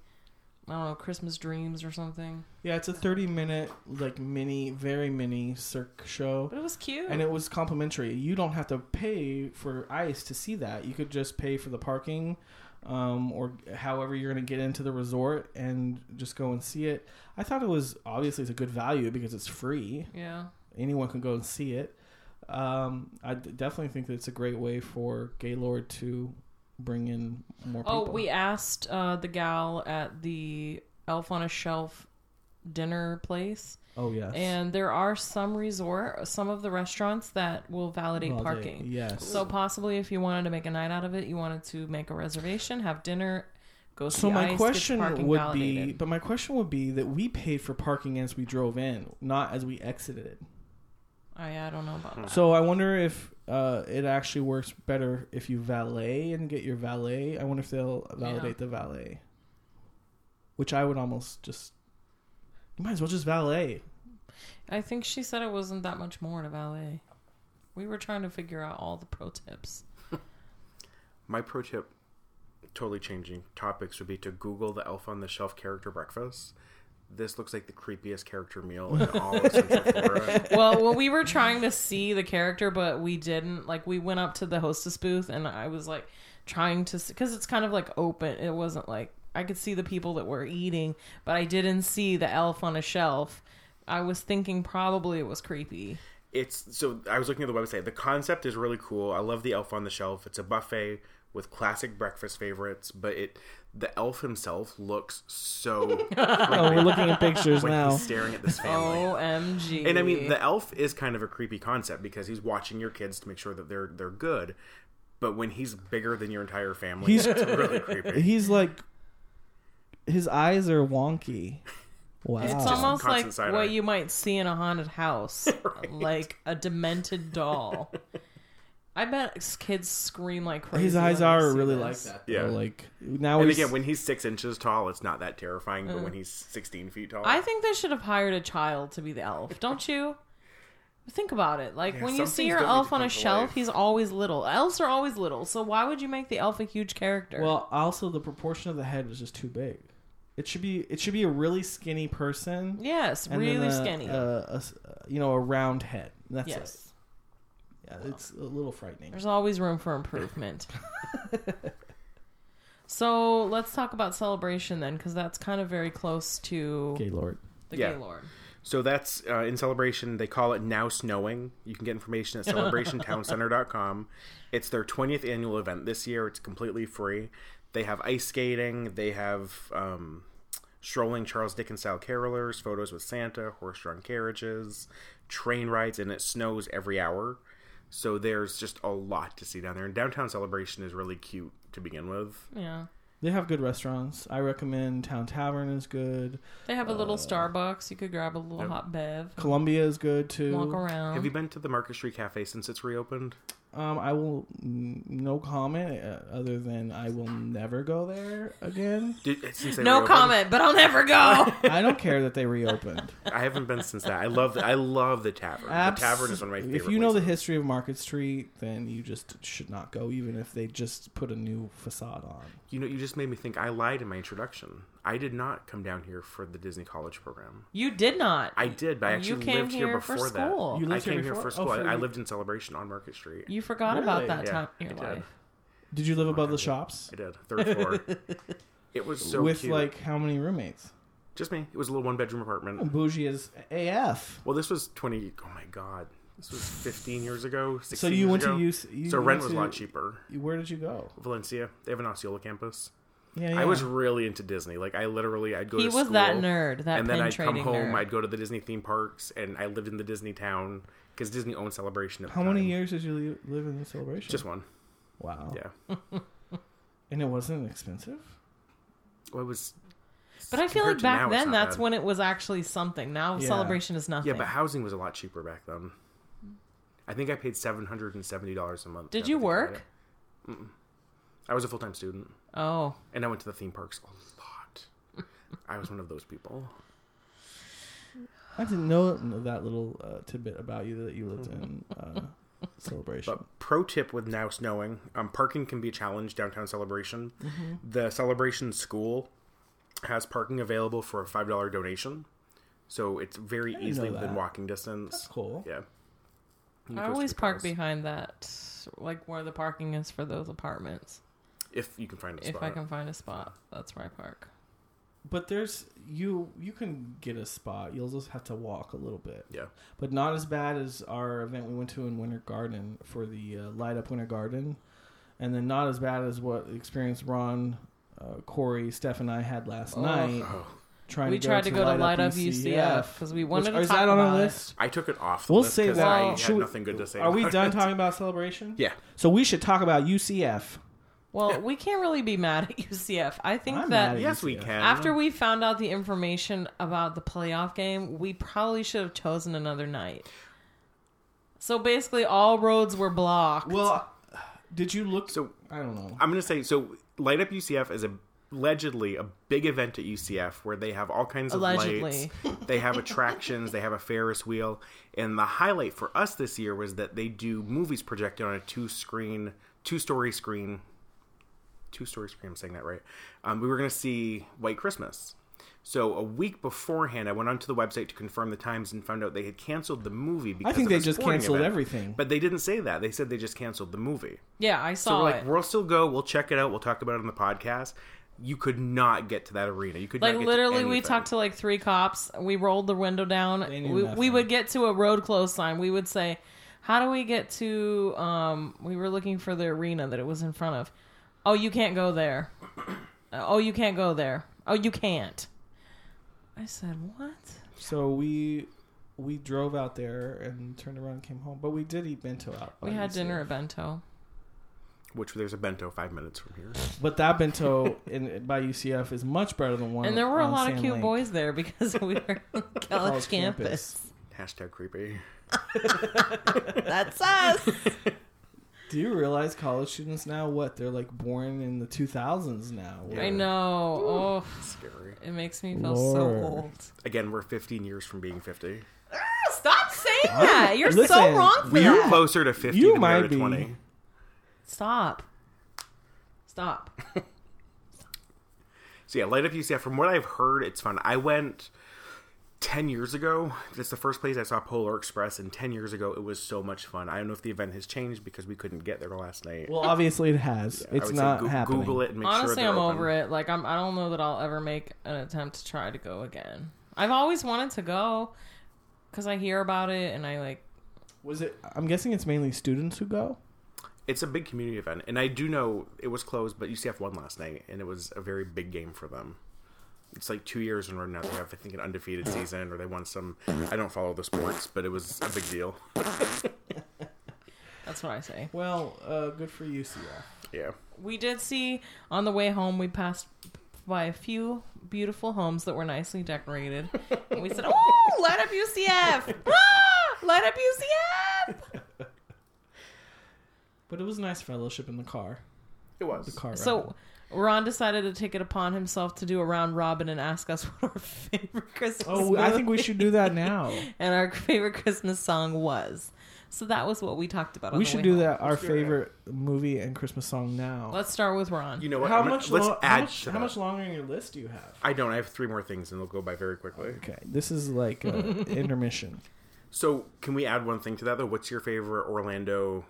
[SPEAKER 2] I don't know Christmas dreams or something,
[SPEAKER 1] Yeah, it's a thirty-minute, like mini, very mini Cirque show,
[SPEAKER 2] but it was cute.
[SPEAKER 1] and it was complimentary. You don't have to pay for ice to see that. You could just pay for the parking, um, or however you're going to get into the resort and just go and see it. I thought it was obviously it's a good value because it's free.
[SPEAKER 2] yeah,
[SPEAKER 1] Anyone can go and see it. Um, I d- definitely think that it's a great way for Gaylord to bring in more people.
[SPEAKER 2] Oh, we asked uh, the gal at the Elf on a Shelf dinner place,
[SPEAKER 1] oh yes,
[SPEAKER 2] and there are some resort, some of the restaurants that will validate
[SPEAKER 1] All day.
[SPEAKER 2] parking.
[SPEAKER 1] Yes.
[SPEAKER 2] So possibly, if you wanted to make a night out of it, you wanted to make a reservation, have dinner, go.
[SPEAKER 1] So
[SPEAKER 2] see ice,
[SPEAKER 1] my
[SPEAKER 2] get
[SPEAKER 1] question
[SPEAKER 2] parking
[SPEAKER 1] would be,
[SPEAKER 2] validated.
[SPEAKER 1] but my question would be that we paid for parking as we drove in, not as we exited.
[SPEAKER 2] I I don't know about that.
[SPEAKER 1] So I wonder if uh, it actually works better if you valet and get your valet. I wonder if they'll validate the valet, which I would almost just. You might as well just valet.
[SPEAKER 2] I think she said it wasn't that much more to valet. We were trying to figure out all the pro tips.
[SPEAKER 3] My pro tip, totally changing topics, would be to Google the Elf on the Shelf character breakfast. This looks like the creepiest character meal in all of Central Florida.
[SPEAKER 2] well, well, we were trying to see the character, but we didn't. Like, we went up to the hostess booth, and I was like trying to, because it's kind of like open. It wasn't like I could see the people that were eating, but I didn't see the elf on a shelf. I was thinking probably it was creepy.
[SPEAKER 3] It's so I was looking at the website. The concept is really cool. I love the Elf on the Shelf. It's a buffet with classic breakfast favorites, but it the elf himself looks so
[SPEAKER 1] Oh, we're looking at pictures
[SPEAKER 3] when
[SPEAKER 1] now.
[SPEAKER 3] he's staring at this family.
[SPEAKER 2] Omg!
[SPEAKER 3] And I mean, the elf is kind of a creepy concept because he's watching your kids to make sure that they're they're good. But when he's bigger than your entire family,
[SPEAKER 1] He's-
[SPEAKER 3] it's really creepy.
[SPEAKER 1] He's like, his eyes are wonky. Wow.
[SPEAKER 2] It's almost
[SPEAKER 3] constant
[SPEAKER 2] like
[SPEAKER 3] side eye.
[SPEAKER 2] what you might see in a haunted house, like a demented doll. I bet kids scream like crazy.
[SPEAKER 1] His eyes
[SPEAKER 2] when they
[SPEAKER 1] are
[SPEAKER 2] see
[SPEAKER 1] really
[SPEAKER 2] this.
[SPEAKER 1] like that.
[SPEAKER 3] Yeah.
[SPEAKER 1] though. Like now
[SPEAKER 3] And
[SPEAKER 1] he's
[SPEAKER 3] again, when he's six inches tall, it's not that terrifying.
[SPEAKER 1] Uh-huh.
[SPEAKER 3] But when he's sixteen feet tall,
[SPEAKER 2] I think they should have hired a child to be the elf, don't you? Think about it. Like
[SPEAKER 3] Yeah,
[SPEAKER 2] when you
[SPEAKER 3] some
[SPEAKER 2] see
[SPEAKER 3] things
[SPEAKER 2] your
[SPEAKER 3] don't need
[SPEAKER 2] elf
[SPEAKER 3] to
[SPEAKER 2] on a
[SPEAKER 3] come to
[SPEAKER 2] shelf,
[SPEAKER 3] life.
[SPEAKER 2] he's always little. Elves are always little, so why would you make the elf a huge character?
[SPEAKER 1] well, also the proportion of the head was just too big. It should be it should be a really skinny person,
[SPEAKER 2] yes,
[SPEAKER 1] and
[SPEAKER 2] really
[SPEAKER 1] then a,
[SPEAKER 2] skinny.
[SPEAKER 1] a- a s- you know, a round head. That's it.
[SPEAKER 2] yes,
[SPEAKER 1] Yeah, it's a little frightening.
[SPEAKER 2] there's always room for improvement. so let's talk about celebration then, because that's kind of very close to
[SPEAKER 1] Gaylord.
[SPEAKER 2] the
[SPEAKER 3] Yeah.
[SPEAKER 2] Gaylord.
[SPEAKER 3] So that's uh, in celebration. They call it Now Snowing. You can get information at celebrationtowncenter.com. It's their 20th annual event this year. It's completely free. They have ice skating, they have um, strolling Charles Dickens style carolers, photos with Santa, horse drawn carriages, train rides, and it snows every hour. So there's just a lot to see down there. And downtown celebration is really cute to begin with.
[SPEAKER 2] Yeah,
[SPEAKER 1] They have good restaurants. I recommend Town Tavern is good.
[SPEAKER 2] they have a
[SPEAKER 3] Uh,
[SPEAKER 2] little Starbucks. You could grab a little hot bev,
[SPEAKER 1] Columbia is good too.
[SPEAKER 2] walk around.
[SPEAKER 3] Have you been to the Market Street Cafe since it's reopened?
[SPEAKER 1] Um, I will n- no comment uh, other than I will never go there again.
[SPEAKER 3] Did, since they
[SPEAKER 2] no
[SPEAKER 3] reopened?
[SPEAKER 2] comment, but I'll never go.
[SPEAKER 1] I don't care that they reopened.
[SPEAKER 3] I haven't been since that. I love the, I love the tavern. the tavern is one of my
[SPEAKER 1] Abs-
[SPEAKER 3] favorite.
[SPEAKER 1] If you know the
[SPEAKER 3] places.
[SPEAKER 1] history of Market Street, then you just should not go, even if they just put a new facade on.
[SPEAKER 3] you know, you just made me think. I lied in my introduction. I did not come down here for the Disney College program.
[SPEAKER 2] you did not.
[SPEAKER 3] I did, but I actually
[SPEAKER 2] you came
[SPEAKER 3] lived here,
[SPEAKER 2] here for
[SPEAKER 3] before that.
[SPEAKER 2] school.
[SPEAKER 1] You
[SPEAKER 3] I
[SPEAKER 1] lived here
[SPEAKER 3] came here
[SPEAKER 1] before?
[SPEAKER 3] for
[SPEAKER 1] Oh,
[SPEAKER 3] school. I,
[SPEAKER 1] for
[SPEAKER 3] I
[SPEAKER 1] you-
[SPEAKER 3] lived in Celebration on Market Street.
[SPEAKER 2] You forgot about
[SPEAKER 1] Really?
[SPEAKER 2] that
[SPEAKER 3] Yeah,
[SPEAKER 2] time in your
[SPEAKER 3] I did.
[SPEAKER 2] life.
[SPEAKER 1] Did you live above the shops
[SPEAKER 3] I did third floor. it was so
[SPEAKER 1] with
[SPEAKER 3] cute.
[SPEAKER 1] like how many roommates?
[SPEAKER 3] just me. It was a little one bedroom apartment.
[SPEAKER 1] Bougie as AF.
[SPEAKER 3] Well, this was twenty. Oh my god, this was fifteen years ago. 16
[SPEAKER 1] So you
[SPEAKER 3] years
[SPEAKER 1] went to
[SPEAKER 3] ago.
[SPEAKER 1] use. You
[SPEAKER 3] so
[SPEAKER 1] went
[SPEAKER 3] rent was a
[SPEAKER 1] to-
[SPEAKER 3] lot cheaper.
[SPEAKER 1] Where did you go?
[SPEAKER 3] Valencia. They have an Osceola campus.
[SPEAKER 1] Yeah, yeah.
[SPEAKER 3] I was really into Disney. Like I literally, I'd go.
[SPEAKER 2] He
[SPEAKER 3] to
[SPEAKER 2] was that
[SPEAKER 3] school,
[SPEAKER 2] nerd, that
[SPEAKER 3] and then
[SPEAKER 2] pin
[SPEAKER 3] I'd come
[SPEAKER 2] trading
[SPEAKER 3] home.
[SPEAKER 2] nerd.
[SPEAKER 3] I'd go to the Disney theme parks, and I lived in the Disney town because Disney owned Celebration. At the
[SPEAKER 1] How many
[SPEAKER 3] time.
[SPEAKER 1] years did you li- live in the celebration?
[SPEAKER 3] um, Just one.
[SPEAKER 1] wow.
[SPEAKER 3] Yeah.
[SPEAKER 1] And it wasn't expensive.
[SPEAKER 3] Well, it was.
[SPEAKER 2] But I feel
[SPEAKER 3] compared
[SPEAKER 2] like
[SPEAKER 3] to
[SPEAKER 2] back
[SPEAKER 3] now, it's
[SPEAKER 2] then
[SPEAKER 3] not
[SPEAKER 2] that's
[SPEAKER 3] bad.
[SPEAKER 2] when it was actually something. Now
[SPEAKER 1] Yeah.
[SPEAKER 2] celebration is nothing.
[SPEAKER 3] Yeah, but housing was a lot cheaper back then. I think I paid seven hundred and seventy dollars a month. now
[SPEAKER 2] Did
[SPEAKER 3] that
[SPEAKER 2] you
[SPEAKER 3] I think about
[SPEAKER 2] work?
[SPEAKER 3] it. I was a full time student,
[SPEAKER 2] Oh.
[SPEAKER 3] and I went to the theme parks a lot. I was one of those people.
[SPEAKER 1] I didn't know know that little uh, tidbit about you that you lived in uh, celebration.
[SPEAKER 3] But pro tip with now snowing, um, parking can be a challenge downtown Celebration.
[SPEAKER 2] Mm-hmm.
[SPEAKER 3] The Celebration School has parking available for a five dollar donation, so it's very
[SPEAKER 1] didn't
[SPEAKER 3] easily
[SPEAKER 1] know
[SPEAKER 3] within
[SPEAKER 1] that.
[SPEAKER 3] walking distance.
[SPEAKER 1] That's cool.
[SPEAKER 3] Yeah, You
[SPEAKER 2] I
[SPEAKER 3] go
[SPEAKER 2] always
[SPEAKER 3] straight
[SPEAKER 2] park
[SPEAKER 3] down.
[SPEAKER 2] behind that like where the parking is for those apartments.
[SPEAKER 3] if you can find a
[SPEAKER 2] If
[SPEAKER 3] spot.
[SPEAKER 2] I can find a spot, that's where I park.
[SPEAKER 1] But there's you you can get a spot. You'll just have to walk a little bit,
[SPEAKER 3] Yeah,
[SPEAKER 1] but not as bad as our event we went to in Winter Garden for the uh, light up Winter Garden, and then not as bad as what experience Ron, uh, Corey, Steph, and I had last
[SPEAKER 2] Oh.
[SPEAKER 1] night
[SPEAKER 3] Oh.
[SPEAKER 1] trying
[SPEAKER 2] we
[SPEAKER 1] to
[SPEAKER 2] tried
[SPEAKER 1] go
[SPEAKER 2] to go to light up
[SPEAKER 1] UCF.
[SPEAKER 2] UCF because we wanted
[SPEAKER 1] Which-
[SPEAKER 2] to
[SPEAKER 1] is
[SPEAKER 2] talk
[SPEAKER 1] that on our
[SPEAKER 2] about it.
[SPEAKER 1] list?
[SPEAKER 3] I took it off. the
[SPEAKER 1] We'll
[SPEAKER 3] list
[SPEAKER 1] save
[SPEAKER 3] 'cause
[SPEAKER 1] that.
[SPEAKER 3] I
[SPEAKER 2] Well,
[SPEAKER 3] had
[SPEAKER 1] should we-
[SPEAKER 3] nothing good to say.
[SPEAKER 1] Are we
[SPEAKER 3] about
[SPEAKER 1] done
[SPEAKER 3] it.
[SPEAKER 1] talking about celebration?
[SPEAKER 3] Yeah,
[SPEAKER 1] So we should talk about UCF.
[SPEAKER 2] Well, we can't really be mad at UCF. I think
[SPEAKER 1] I'm
[SPEAKER 2] that
[SPEAKER 1] mad at
[SPEAKER 3] yes, we
[SPEAKER 1] UCF.
[SPEAKER 3] can.
[SPEAKER 2] after we found out the information about the playoff game, we probably should have chosen another night. So basically, all roads were blocked.
[SPEAKER 1] Well, did you look?
[SPEAKER 3] So-
[SPEAKER 1] I don't know.
[SPEAKER 3] I'm gonna say so. Light up UCF is a allegedly a big event at UCF where they have all kinds of
[SPEAKER 2] Allegedly.
[SPEAKER 3] lights. They have attractions. they have a Ferris wheel. And the highlight for us this year was that they do movies projected on a two screen, two story screen. Two story screen. I'm saying that right. Um, we were gonna see White Christmas. So a week beforehand, I went onto the website to confirm the times and found out they had canceled the movie. Because
[SPEAKER 1] I think
[SPEAKER 3] of
[SPEAKER 1] they
[SPEAKER 3] a
[SPEAKER 1] just
[SPEAKER 3] sporting
[SPEAKER 1] canceled
[SPEAKER 3] event.
[SPEAKER 1] everything.
[SPEAKER 3] But they didn't say that. They said they just canceled the movie.
[SPEAKER 2] yeah, I
[SPEAKER 3] So
[SPEAKER 2] saw
[SPEAKER 3] we're
[SPEAKER 2] it.
[SPEAKER 3] like, we'll still go. We'll check it out. We'll talk about it on the podcast. You could not get to that arena. You could
[SPEAKER 2] like
[SPEAKER 3] not get
[SPEAKER 2] literally
[SPEAKER 3] to
[SPEAKER 2] we
[SPEAKER 3] anything.
[SPEAKER 2] talked to like three cops we rolled the window down
[SPEAKER 1] They knew
[SPEAKER 2] we, we
[SPEAKER 1] nothing.
[SPEAKER 2] would get to a road close sign we would say how do we get to um we were looking for the arena that it was in front of oh you can't go there oh you can't go there oh you can't i said what
[SPEAKER 1] So we we drove out there and turned around and came home. But we did eat bento out.
[SPEAKER 2] we
[SPEAKER 1] by
[SPEAKER 2] had
[SPEAKER 1] UCF.
[SPEAKER 2] dinner at bento
[SPEAKER 3] which there's a bento five minutes from here.
[SPEAKER 1] But that bento in, by UCF is much better than one.
[SPEAKER 2] and there were a
[SPEAKER 1] on
[SPEAKER 2] lot of
[SPEAKER 1] Sand
[SPEAKER 2] cute
[SPEAKER 1] Lake.
[SPEAKER 2] boys there because we were on college
[SPEAKER 1] College
[SPEAKER 2] campus.
[SPEAKER 1] campus.
[SPEAKER 3] Hashtag creepy.
[SPEAKER 2] that's us
[SPEAKER 1] Do you realize college students now what they're like born in the 2000s now?
[SPEAKER 3] Yeah.
[SPEAKER 2] I know. Oh,
[SPEAKER 3] Scary.
[SPEAKER 2] it makes me feel
[SPEAKER 1] Lord.
[SPEAKER 2] so old.
[SPEAKER 3] Again, we're 15 years from being 50.
[SPEAKER 2] Stop saying that. You're so
[SPEAKER 1] Listen,
[SPEAKER 2] wrong for
[SPEAKER 3] We
[SPEAKER 2] that.
[SPEAKER 3] are closer to 50
[SPEAKER 1] You
[SPEAKER 3] than we
[SPEAKER 1] might
[SPEAKER 3] are to
[SPEAKER 1] be.
[SPEAKER 3] 20.
[SPEAKER 2] Stop. Stop.
[SPEAKER 3] So yeah, Light Up UCF. From what I've heard, it's fun. I went ten years ago. That's the first place I saw Polar Express, and ten years ago it was so much fun. I don't know if the event has changed because we couldn't get there last night.
[SPEAKER 1] Well, obviously it has.
[SPEAKER 3] I
[SPEAKER 1] it's
[SPEAKER 3] would
[SPEAKER 1] not
[SPEAKER 3] say Goo-
[SPEAKER 1] happening.
[SPEAKER 3] Google it and make sure
[SPEAKER 2] Honestly,
[SPEAKER 3] they're
[SPEAKER 2] I'm
[SPEAKER 3] open.
[SPEAKER 2] over it. Like, I'm. I don't know that I'll ever make an attempt to try to go again. I've always wanted to go because I hear about it and I like.
[SPEAKER 1] Was it? I'm guessing it's mainly students who go.
[SPEAKER 3] It's a big community event, and I do know it was closed, but UCF won last night, and it was a very big game for them. It's like two years in a row now. They have, I think, an undefeated season, or they won some. I don't follow the sports, but it was a big deal.
[SPEAKER 2] That's what I say.
[SPEAKER 1] Well, uh, good for UCF.
[SPEAKER 3] Yeah.
[SPEAKER 2] We did see on the way home. We passed by a few beautiful homes that were nicely decorated. and we said, "Oh, light up UCF! Ah, light up UCF!"
[SPEAKER 1] But it was nice fellowship in the car.
[SPEAKER 3] It was.
[SPEAKER 1] The car. Ride.
[SPEAKER 2] So Ron decided to take it upon himself to do a round robin and ask us what our favorite Christmas.
[SPEAKER 1] Oh, I think we
[SPEAKER 2] movie
[SPEAKER 1] should do that now.
[SPEAKER 2] And our favorite Christmas song was. So that was what we talked about. on
[SPEAKER 1] we
[SPEAKER 2] the
[SPEAKER 1] should
[SPEAKER 2] way
[SPEAKER 1] do
[SPEAKER 2] home.
[SPEAKER 1] that. Our
[SPEAKER 3] Let's do it.
[SPEAKER 1] favorite movie and Christmas song now.
[SPEAKER 2] Let's start with Ron.
[SPEAKER 3] You know what?
[SPEAKER 1] how
[SPEAKER 3] I'm gonna-
[SPEAKER 1] much?
[SPEAKER 3] Let's
[SPEAKER 1] lo-
[SPEAKER 3] add
[SPEAKER 1] how much,
[SPEAKER 3] to
[SPEAKER 1] how
[SPEAKER 3] that.
[SPEAKER 1] much longer in your list do you have?
[SPEAKER 3] I don't. I have three more things, and they'll go by very quickly.
[SPEAKER 1] Okay, this is like a intermission.
[SPEAKER 3] So, can we add one thing to that though? What's your favorite Orlando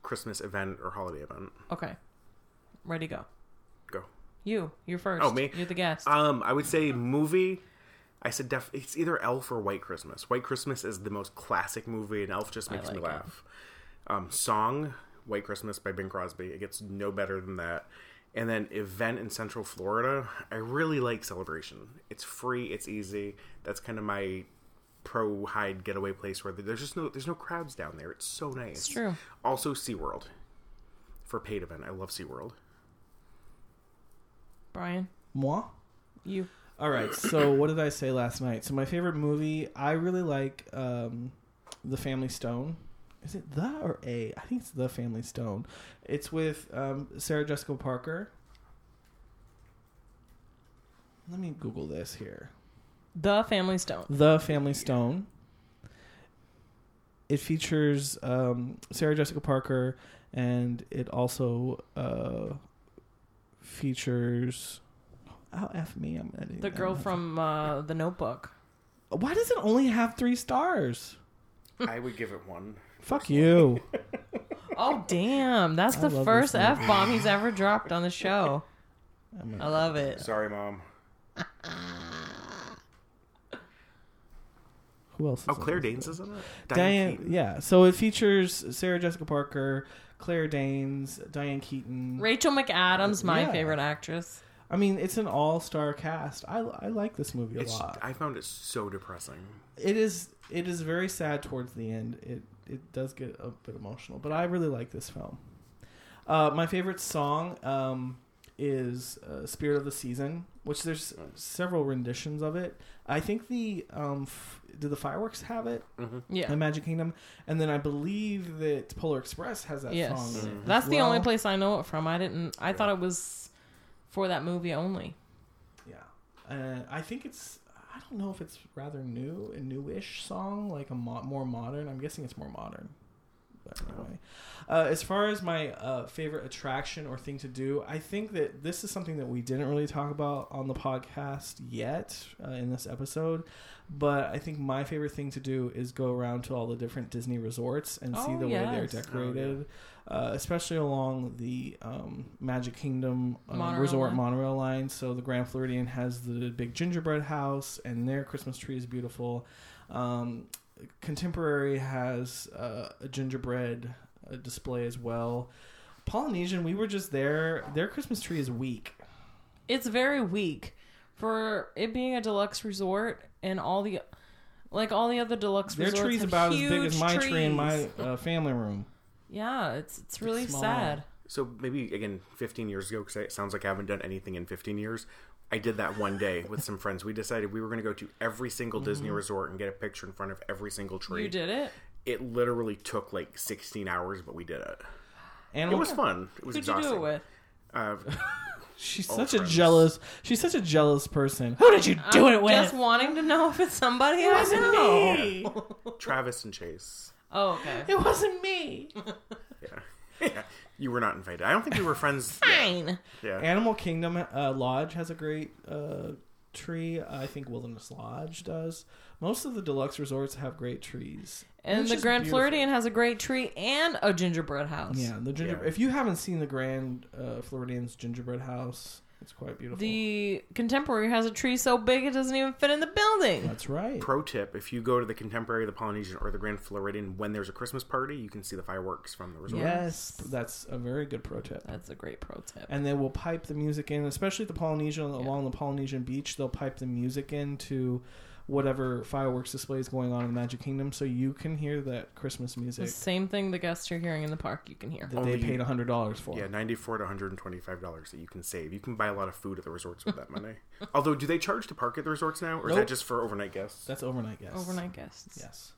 [SPEAKER 3] Christmas event or holiday event?
[SPEAKER 2] Okay, ready go.
[SPEAKER 3] Go.
[SPEAKER 2] You, you're first.
[SPEAKER 3] Oh, me?
[SPEAKER 2] You're the guest.
[SPEAKER 3] Um, I would say movie. I said def- it's either Elf or White Christmas. White Christmas is the most classic movie, and Elf just makes me
[SPEAKER 2] like it.
[SPEAKER 3] laugh. Um, song White Christmas by Bing Crosby. It gets no better than that. And then event in Central Florida. I really like Celebration. It's free. It's easy. That's kind of my pro hide getaway place where there's just no there's no crowds down there. It's so nice. It's
[SPEAKER 2] true.
[SPEAKER 3] Also SeaWorld for paid event. I love SeaWorld.
[SPEAKER 2] Brian,
[SPEAKER 1] Moi.
[SPEAKER 2] you.
[SPEAKER 1] All right. So what did I say last night? So my favorite movie. I really like um, the Family Stone. Is it the or a? I think it's the Family Stone. It's with um, Sarah Jessica Parker. Let me Google this here.
[SPEAKER 2] The Family Stone.
[SPEAKER 1] The Family Stone. It features um, Sarah Jessica Parker, and it also uh, features. Oh, f me! I'm editing
[SPEAKER 2] The
[SPEAKER 1] that
[SPEAKER 2] girl
[SPEAKER 1] one.
[SPEAKER 2] from uh, The Notebook.
[SPEAKER 1] Why does it only have three stars?
[SPEAKER 3] I would give it one.
[SPEAKER 1] Fuck you.
[SPEAKER 2] Oh, damn. That's
[SPEAKER 1] I
[SPEAKER 2] the
[SPEAKER 1] love
[SPEAKER 2] first
[SPEAKER 1] this
[SPEAKER 2] F
[SPEAKER 1] movie.
[SPEAKER 2] bomb he's ever dropped on the show.
[SPEAKER 1] I'm
[SPEAKER 2] I
[SPEAKER 1] gonna-
[SPEAKER 2] love it.
[SPEAKER 3] Sorry, mom.
[SPEAKER 1] who else? Is
[SPEAKER 3] Oh, Claire
[SPEAKER 1] on this
[SPEAKER 3] Danes
[SPEAKER 1] list?
[SPEAKER 3] is in it.
[SPEAKER 1] Diane,
[SPEAKER 3] Keaton.
[SPEAKER 1] yeah. So it features Sarah Jessica Parker, Claire Danes, Diane Keaton.
[SPEAKER 2] Rachel McAdams, my
[SPEAKER 1] Yeah.
[SPEAKER 2] favorite actress.
[SPEAKER 1] I mean, it's an all-star cast. I, I like this movie a
[SPEAKER 3] It's,
[SPEAKER 1] lot.
[SPEAKER 3] I found it so depressing.
[SPEAKER 1] It is it is very sad towards the end. It it does get a bit emotional, but I really like this film. Uh, my favorite song um, is uh, "Spirit of the Season," which there's several renditions of it. I think the um, f- did the fireworks have it?
[SPEAKER 3] Mm-hmm.
[SPEAKER 2] Yeah.
[SPEAKER 1] in Magic Kingdom, and then I believe that Polar Express has that
[SPEAKER 2] yes.
[SPEAKER 1] song. in it as
[SPEAKER 2] That's the only
[SPEAKER 1] well.
[SPEAKER 2] place I know it from. I didn't. I thought it was for that movie only.
[SPEAKER 1] Yeah, uh, I think it's. I don't know if it's rather new, a newish song, like a mo- more modern. I'm guessing it's more modern. But anyway, uh, as far as my uh, favorite attraction or thing to do, I think that this is something that we didn't really talk about on the podcast yet uh, in this episode. But I think my favorite thing to do is go around to all the different Disney resorts and see
[SPEAKER 2] Oh,
[SPEAKER 1] the way they're
[SPEAKER 2] yes. Oh, yeah.
[SPEAKER 1] decorated, uh, especially along the um, Magic Kingdom um,
[SPEAKER 2] Monorail
[SPEAKER 1] resort
[SPEAKER 2] line.
[SPEAKER 1] monorail line. So the Grand Floridian has the big gingerbread house, and their Christmas tree is beautiful. Um, Contemporary has uh, a gingerbread uh, display as well. Polynesian, we were just there. Their Christmas tree is weak.
[SPEAKER 2] It's very weak for it being a deluxe resort and all the, like all the other deluxe
[SPEAKER 1] Their
[SPEAKER 2] resorts.
[SPEAKER 1] tree's
[SPEAKER 2] have
[SPEAKER 1] about as big as
[SPEAKER 2] huge
[SPEAKER 1] my tree in
[SPEAKER 2] trees.
[SPEAKER 1] my uh, family room.
[SPEAKER 2] Yeah, it's it's really
[SPEAKER 1] small.
[SPEAKER 2] sad.
[SPEAKER 3] So maybe again, 15 years ago, because it sounds like I haven't done anything in 15 years. I did that one day with some friends. We decided we were going to go to every single
[SPEAKER 2] Mm-hmm.
[SPEAKER 3] Disney resort and get a picture in front of every single tree.
[SPEAKER 2] You did it.
[SPEAKER 3] It literally took like 16 hours, but we did it. It
[SPEAKER 1] Animal.
[SPEAKER 3] was fun. It was
[SPEAKER 2] Oh, Who'd you
[SPEAKER 3] exhausting.
[SPEAKER 2] do it with?
[SPEAKER 3] Uh,
[SPEAKER 1] she's
[SPEAKER 3] all
[SPEAKER 1] such a
[SPEAKER 3] friends.
[SPEAKER 1] jealous. She's such a jealous person. Who did you do
[SPEAKER 2] I'm
[SPEAKER 1] it with?
[SPEAKER 2] Just wanting to know if it's somebody I know.
[SPEAKER 1] me.
[SPEAKER 3] Travis and Chase.
[SPEAKER 2] Oh, okay.
[SPEAKER 1] It wasn't me.
[SPEAKER 3] Yeah. yeah. You were not invited. I don't think we were friends. yet.
[SPEAKER 2] Fine.
[SPEAKER 3] Yeah.
[SPEAKER 1] Animal Kingdom uh, Lodge has a great uh, tree. I think Wilderness Lodge does. Most of the deluxe resorts have great trees.
[SPEAKER 2] And
[SPEAKER 1] It's
[SPEAKER 2] the
[SPEAKER 1] just
[SPEAKER 2] Grand
[SPEAKER 1] beautiful.
[SPEAKER 2] Floridian has a great tree and a gingerbread house.
[SPEAKER 1] Yeah, the ginger.
[SPEAKER 3] Yeah.
[SPEAKER 1] If you haven't seen the Grand uh, Floridian's gingerbread house, it's quite beautiful.
[SPEAKER 2] The contemporary has a tree so big it doesn't even fit in the building.
[SPEAKER 1] That's right.
[SPEAKER 3] Pro tip: If you go to the Contemporary, the Polynesian, or the Grand Floridian when there's a Christmas party, you can see the fireworks from the resort.
[SPEAKER 1] Yes, that's a very good pro tip.
[SPEAKER 2] That's a great pro tip.
[SPEAKER 1] and they will pipe the music in, especially at the Polynesian along the Polynesian beach. They'll pipe the music in to whatever fireworks display is going on in the Magic Kingdom, so you can hear that Christmas
[SPEAKER 2] The
[SPEAKER 1] music
[SPEAKER 2] same thing the guests are hearing in the park, you can hear.
[SPEAKER 1] that they
[SPEAKER 3] Only-
[SPEAKER 1] paid hundred dollars for.
[SPEAKER 3] Yeah, ninety-four to one hundred and twenty-five dollars that you can save. You can buy a lot of food at the resorts with that money. Although, do they charge to park at the resorts now, or is
[SPEAKER 1] Nope.
[SPEAKER 3] that just for overnight guests?
[SPEAKER 1] That's overnight guests.
[SPEAKER 2] Overnight guests.
[SPEAKER 1] Yes.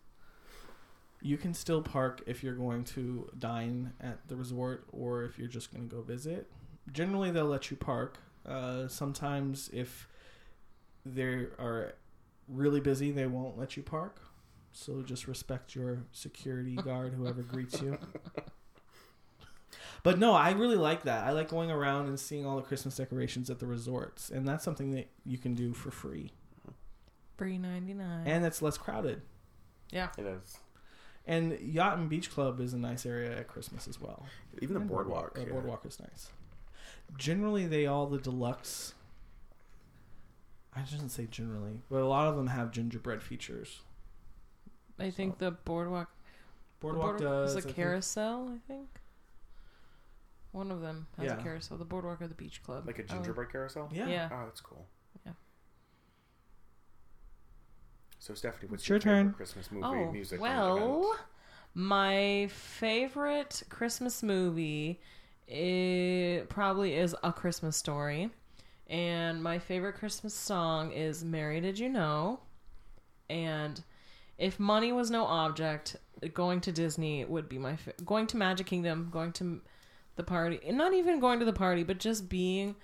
[SPEAKER 1] You can still park if you're going to dine at the resort or if you're just going to go visit. Generally, they'll let you park. Uh, sometimes, if they are really busy, they won't let you park. So just respect your security guard, whoever greets you. But no, I really like that. I like going around and seeing all the Christmas decorations at the resorts, and that's something that you can do for free,
[SPEAKER 2] Free 99.
[SPEAKER 1] and it's less crowded.
[SPEAKER 2] yeah.
[SPEAKER 3] it is.
[SPEAKER 1] And Yacht and Beach Club is a nice area at Christmas as well.
[SPEAKER 3] Even the
[SPEAKER 1] And
[SPEAKER 3] boardwalk.
[SPEAKER 1] uh,
[SPEAKER 3] yeah.
[SPEAKER 1] boardwalk is nice. Generally, they all the deluxe. I shouldn't say generally, but a lot of them have gingerbread features.
[SPEAKER 2] I think the boardwalk,
[SPEAKER 1] Boardwalk
[SPEAKER 2] the boardwalk
[SPEAKER 1] does.
[SPEAKER 2] is
[SPEAKER 1] I
[SPEAKER 2] a
[SPEAKER 1] think-
[SPEAKER 2] carousel, I think. One of them has
[SPEAKER 1] Yeah.
[SPEAKER 2] a carousel. The boardwalk or the beach club.
[SPEAKER 3] Like a
[SPEAKER 2] Oh,
[SPEAKER 3] gingerbread carousel.
[SPEAKER 1] Yeah.
[SPEAKER 2] Yeah.
[SPEAKER 3] Oh, that's cool.
[SPEAKER 2] Yeah.
[SPEAKER 3] So Stephanie, what's
[SPEAKER 1] It's
[SPEAKER 3] your,
[SPEAKER 1] your
[SPEAKER 3] favorite
[SPEAKER 1] turn.
[SPEAKER 3] Christmas movie,
[SPEAKER 2] Oh,
[SPEAKER 3] music? and
[SPEAKER 2] well,
[SPEAKER 3] event?
[SPEAKER 2] my favorite Christmas movie it probably is A Christmas Story. And my favorite Christmas song is Mary Did You Know? And if money was no object, going to Disney would be my fa- going to Magic Kingdom, going to the party, and not even going to the party, but just being